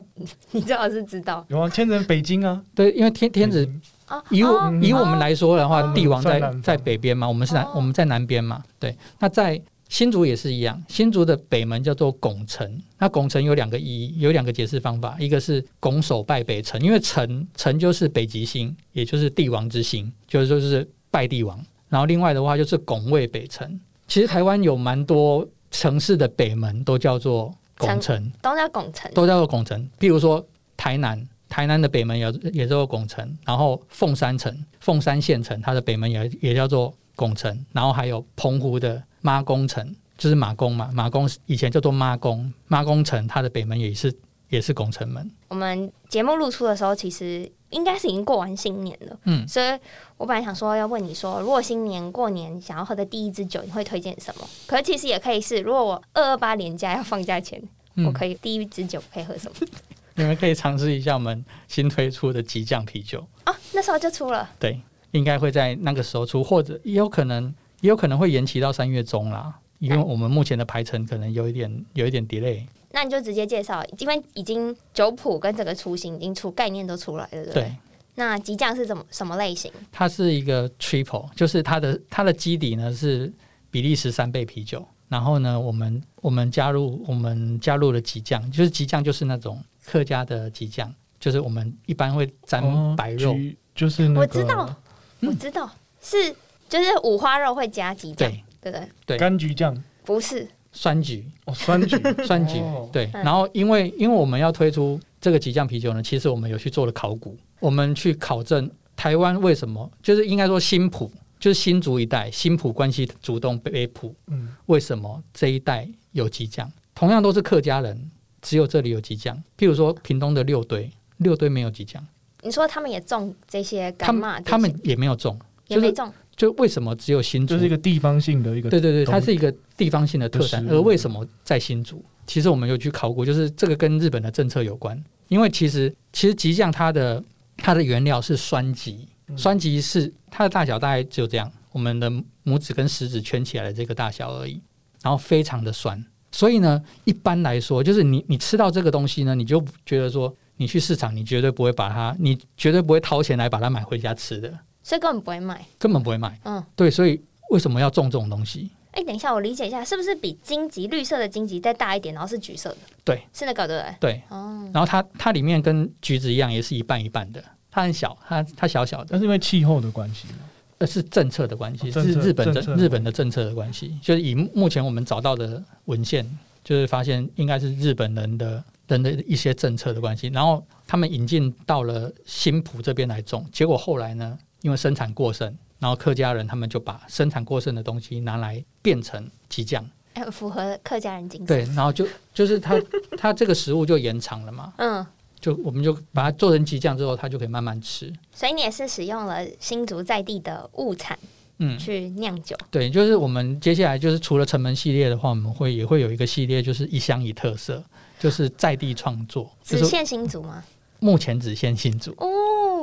[SPEAKER 4] 你最好是知道
[SPEAKER 2] 有啊，千人北京啊，
[SPEAKER 3] 对，因为天天子
[SPEAKER 2] 北京
[SPEAKER 4] 哦。
[SPEAKER 3] 以我、
[SPEAKER 4] 哦
[SPEAKER 3] 以我们来说的话，
[SPEAKER 2] 哦
[SPEAKER 3] 帝王
[SPEAKER 2] 在
[SPEAKER 3] 在
[SPEAKER 2] 南方
[SPEAKER 3] 在北边嘛，我们是南、
[SPEAKER 4] 哦
[SPEAKER 3] 我们在南边嘛，对。那在新竹也是一样，新竹的北门叫做拱城。那拱城有两个意义，有两个解释方法，一个是拱手拜北城，因为城城就是北极星，也就是帝王之星，就是就是拜帝王。然后另外的话就是拱卫北城。其实台湾有蛮多城市的北门都叫做拱城，
[SPEAKER 4] 都叫拱城，
[SPEAKER 3] 都叫做拱城。譬如说台南，台南的北门也也叫做拱城，然后凤山城、凤山县城，它的北门也也叫做拱城，然后还有澎湖的妈宫城，就是马公嘛，马公以前叫做妈宫，妈宫城它的北门也是也是拱城门，
[SPEAKER 4] 我们节目露出的时候，其实应该是已经过完新年了，
[SPEAKER 3] 嗯
[SPEAKER 4] 所以我本来想说要问你说，如果新年过年想要喝的第一支酒，你会推荐什么？可是其实也可以是，如果我二二八年假要放假前，我
[SPEAKER 3] 嗯，
[SPEAKER 4] 可以第一支酒可以喝什么？
[SPEAKER 3] 你们可以尝试一下我们新推出的极酱啤酒，
[SPEAKER 4] 哦，那时候就出了，
[SPEAKER 3] 对，应该会在那个时候出，或者也有可能也有可能会延期到三月中啦。因为我们目前的排程可能有一点有一点 delay，
[SPEAKER 4] 那你就直接介绍，因为已经酒谱跟整个雏形已经出概念都出来了，对不对？
[SPEAKER 3] 对，
[SPEAKER 4] 那吉酱是怎么什么类型？
[SPEAKER 3] 它是一个 triple，就是它的它的基底呢是比利时三倍啤酒，然后呢，我们我们加入我们加入了吉酱，就是吉酱就是那种客家的吉酱，就是我们一般会沾
[SPEAKER 2] 哦
[SPEAKER 3] 白肉，
[SPEAKER 2] 橘就是那个
[SPEAKER 4] 我知道
[SPEAKER 3] 嗯
[SPEAKER 4] 我知道是就是五花肉会加吉酱，
[SPEAKER 3] 对
[SPEAKER 4] 对不对？
[SPEAKER 3] 对
[SPEAKER 2] 柑橘酱，
[SPEAKER 4] 不是，
[SPEAKER 2] *laughs*
[SPEAKER 3] 酸橘
[SPEAKER 2] 哦，酸
[SPEAKER 3] *laughs*
[SPEAKER 2] 橘，
[SPEAKER 3] 酸橘、
[SPEAKER 2] 哦
[SPEAKER 3] 对，
[SPEAKER 4] 嗯
[SPEAKER 3] 然后因为因为我们要推出这个吉酱啤酒呢，其实我们有去做了考古，我们去考证台湾为什么就是应该说新浦就是新竹一带新浦关西竹东北浦
[SPEAKER 2] 嗯，
[SPEAKER 3] 为什么这一代有激将？同样都是客家人，只有这里有激将。譬如说屏东的六堆，六堆没有激将，
[SPEAKER 4] 你说他们也种这些
[SPEAKER 3] 他
[SPEAKER 4] 干嘛？
[SPEAKER 3] 们他们也没有种，
[SPEAKER 4] 也
[SPEAKER 3] 就是
[SPEAKER 4] 没种，
[SPEAKER 3] 就为什么只有新竹？
[SPEAKER 2] 就是一个地方性的一个，
[SPEAKER 3] 对对对，
[SPEAKER 2] 东
[SPEAKER 3] 它是一个地方性的特产
[SPEAKER 2] 就，是
[SPEAKER 3] 而为什么在新竹？其实我们有去考古，就是这个跟日本的政策有关，因为其实其实吉酱它的它的原料是酸吉，
[SPEAKER 2] 嗯
[SPEAKER 3] 酸吉是它的大小大概只有这样，我们的拇指跟食指圈起来的这个大小而已，然后非常的酸，所以呢，一般来说，就是你你吃到这个东西呢，你就觉得说。你去市场，你绝对不会把它，你绝对不会掏钱来把它买回家吃的，
[SPEAKER 4] 所以根本不会卖。
[SPEAKER 3] 根本不会买。
[SPEAKER 4] 嗯，
[SPEAKER 3] 对，所以为什么要种这种东西？
[SPEAKER 4] 哎，等一下，我理解一下，是不是比荆棘绿色的荆棘再大一点，然后是橘色的？
[SPEAKER 3] 对，
[SPEAKER 4] 是那个对不对？
[SPEAKER 3] 对，
[SPEAKER 4] 哦，
[SPEAKER 3] 然后它它里面跟橘子一样，也是一半一半的。它很小，它它小小的，
[SPEAKER 2] 但是因为气候的关系嘛，
[SPEAKER 3] 呃，是政策的关系，
[SPEAKER 2] 哦
[SPEAKER 3] 是
[SPEAKER 2] 政策
[SPEAKER 3] 日本
[SPEAKER 2] 政策
[SPEAKER 3] 的日本的政策的关系。就是以目前我们找到的文献，就是发现应该是日本人的人的一些政策的关系。然后他们引进到了新浦这边来种，结果后来呢，因为生产过剩，然后客家人他们就把生产过剩的东西拿来变成鸡酱，
[SPEAKER 4] 哎，符合客家人精神。
[SPEAKER 3] 对，然后就就是它它这个食物就延长了嘛，
[SPEAKER 4] 嗯，
[SPEAKER 3] 就我们就把它做成鸡酱之后，它就可以慢慢吃。
[SPEAKER 4] 所以你也是使用了新竹在地的物产
[SPEAKER 3] 嗯，
[SPEAKER 4] 去酿酒，
[SPEAKER 3] 对，就是我们接下来就是除了城门系列的话，我们会也会有一个系列，就是一乡一特色，就是在地创作，就
[SPEAKER 4] 只
[SPEAKER 3] 是
[SPEAKER 4] 限新竹吗？
[SPEAKER 3] 目前只限新竹。
[SPEAKER 4] 哦，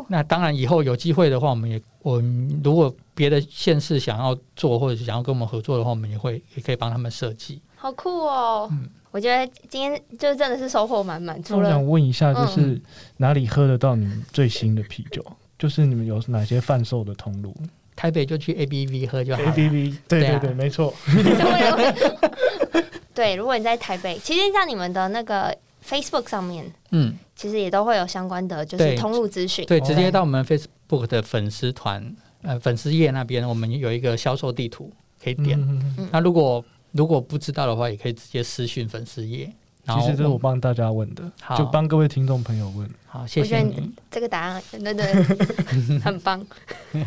[SPEAKER 3] 那当然，以后有机会的话，我们也我们如果别的县市想要做，或者是想要跟我们合作的话，我们也会也可以帮他们设计。
[SPEAKER 4] 好酷哦！我觉得今天就真的是收获满满，
[SPEAKER 2] 那
[SPEAKER 4] 除
[SPEAKER 2] 我
[SPEAKER 4] 了 *laughs*
[SPEAKER 2] 想问一下，
[SPEAKER 3] 嗯
[SPEAKER 2] 就是哪里喝得到你们最新的啤酒？就是你们有哪些贩售的通路
[SPEAKER 3] 台北就去 ABV 喝就好
[SPEAKER 2] ？A
[SPEAKER 3] 了。
[SPEAKER 2] B V，对
[SPEAKER 3] 对
[SPEAKER 2] 对
[SPEAKER 3] 啊
[SPEAKER 2] 对，没错。
[SPEAKER 4] 对，如果你在台北，其实像你们的那个 Facebook 上面，
[SPEAKER 3] 嗯，
[SPEAKER 4] 其实也都会有相关的就是
[SPEAKER 3] 对
[SPEAKER 4] 通路资讯。
[SPEAKER 3] 对，直接到我们 Facebook 的粉丝团呃粉丝页那边，我们有一个销售地图可以点。
[SPEAKER 2] 嗯嗯嗯
[SPEAKER 3] 那如果如果不知道的话，也可以直接私讯粉丝页。然
[SPEAKER 2] 其
[SPEAKER 3] 后
[SPEAKER 2] 实这是
[SPEAKER 3] 问
[SPEAKER 2] 我帮大家问的，
[SPEAKER 3] 好
[SPEAKER 2] 就帮各位听众朋友问。
[SPEAKER 3] 好，谢
[SPEAKER 4] 我觉
[SPEAKER 3] 谢
[SPEAKER 4] 得
[SPEAKER 3] 你。
[SPEAKER 4] 这个答案真的 *laughs* 很
[SPEAKER 3] *laughs*
[SPEAKER 4] 棒。今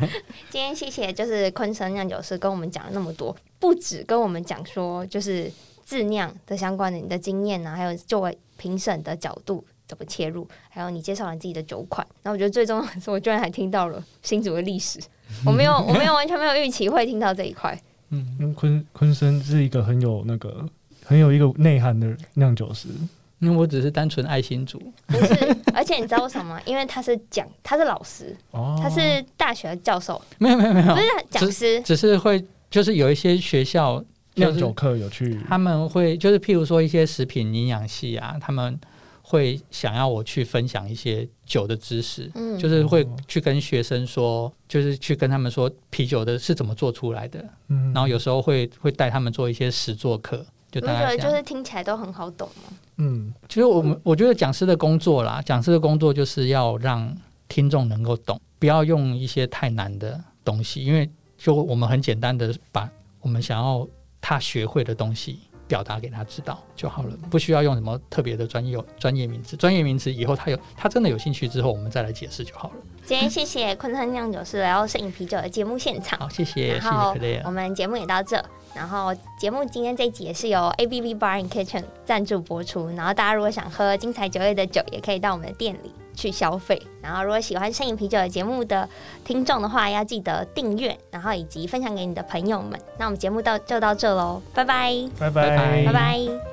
[SPEAKER 4] 天谢谢，就是昆生酿酒师跟我们讲了那么多，不止跟我们讲说就是自酿的相关的你的经验啊，还有作为评审的角度怎么切入，还有你介绍了你自己的酒款。然后我觉得最重要的是，我居然还听到了新竹的历
[SPEAKER 3] *laughs*
[SPEAKER 4] 史，我没有，我没有完全没有预期会听到这一块。
[SPEAKER 3] 嗯，
[SPEAKER 2] 因为昆昆生是一个很有那个很有一个内涵的酿酒师，
[SPEAKER 3] 因为嗯我只是单纯爱心主，
[SPEAKER 4] 不是，而且你知道为什么吗？因为他是讲，他是老师，
[SPEAKER 2] 哦，
[SPEAKER 4] 他是大学教授，
[SPEAKER 3] 没有没有没有
[SPEAKER 4] 不，是
[SPEAKER 3] 哦
[SPEAKER 4] 讲师。
[SPEAKER 3] 只是会就是有一些学校
[SPEAKER 2] 酿
[SPEAKER 3] 就是
[SPEAKER 2] 酒课有去，
[SPEAKER 3] 他们会就是譬如说一些食品营养系啊，他们会想要我去分享一些酒的知识，
[SPEAKER 4] 嗯
[SPEAKER 3] 就是会去跟学生说，就是去跟他们说啤酒的是怎么做出来的，
[SPEAKER 2] 嗯
[SPEAKER 3] 然后有时候会会带他们做一些实作课，就
[SPEAKER 4] 你
[SPEAKER 3] 大
[SPEAKER 4] 不觉
[SPEAKER 3] 家
[SPEAKER 4] 得
[SPEAKER 3] 这
[SPEAKER 4] 就
[SPEAKER 3] 样
[SPEAKER 4] 是听起来都很好懂哦吗？
[SPEAKER 2] 嗯
[SPEAKER 3] 其实我们我觉得讲师的工作啦，讲师的工作就是要让听众能够懂，不要用一些太难的东西，因为就我们很简单的把我们想要他学会的东西表达给他知道就好了，不需要用什么特别的专业专业名词，专业名词以后他有他真的有兴趣之后，我们再来解释就好了。
[SPEAKER 4] 今天谢谢昆山酿酒师来到摄影啤酒的节目现场，
[SPEAKER 3] 好，谢谢谢谢
[SPEAKER 4] 然后
[SPEAKER 3] Clare
[SPEAKER 4] 我。们节目也到这。然后节目今天这一集也是由 A B B Bar and Kitchen 赞助播出。然后大家如果想喝精彩酒业的酒，也可以到我们的店里去消费。然后如果喜欢摄影啤酒的节目的听众的话，要记得订阅，然后以及分享给你的朋友们。那我们节目到就到这喽，拜拜，
[SPEAKER 2] 拜
[SPEAKER 3] 拜拜
[SPEAKER 4] 拜拜。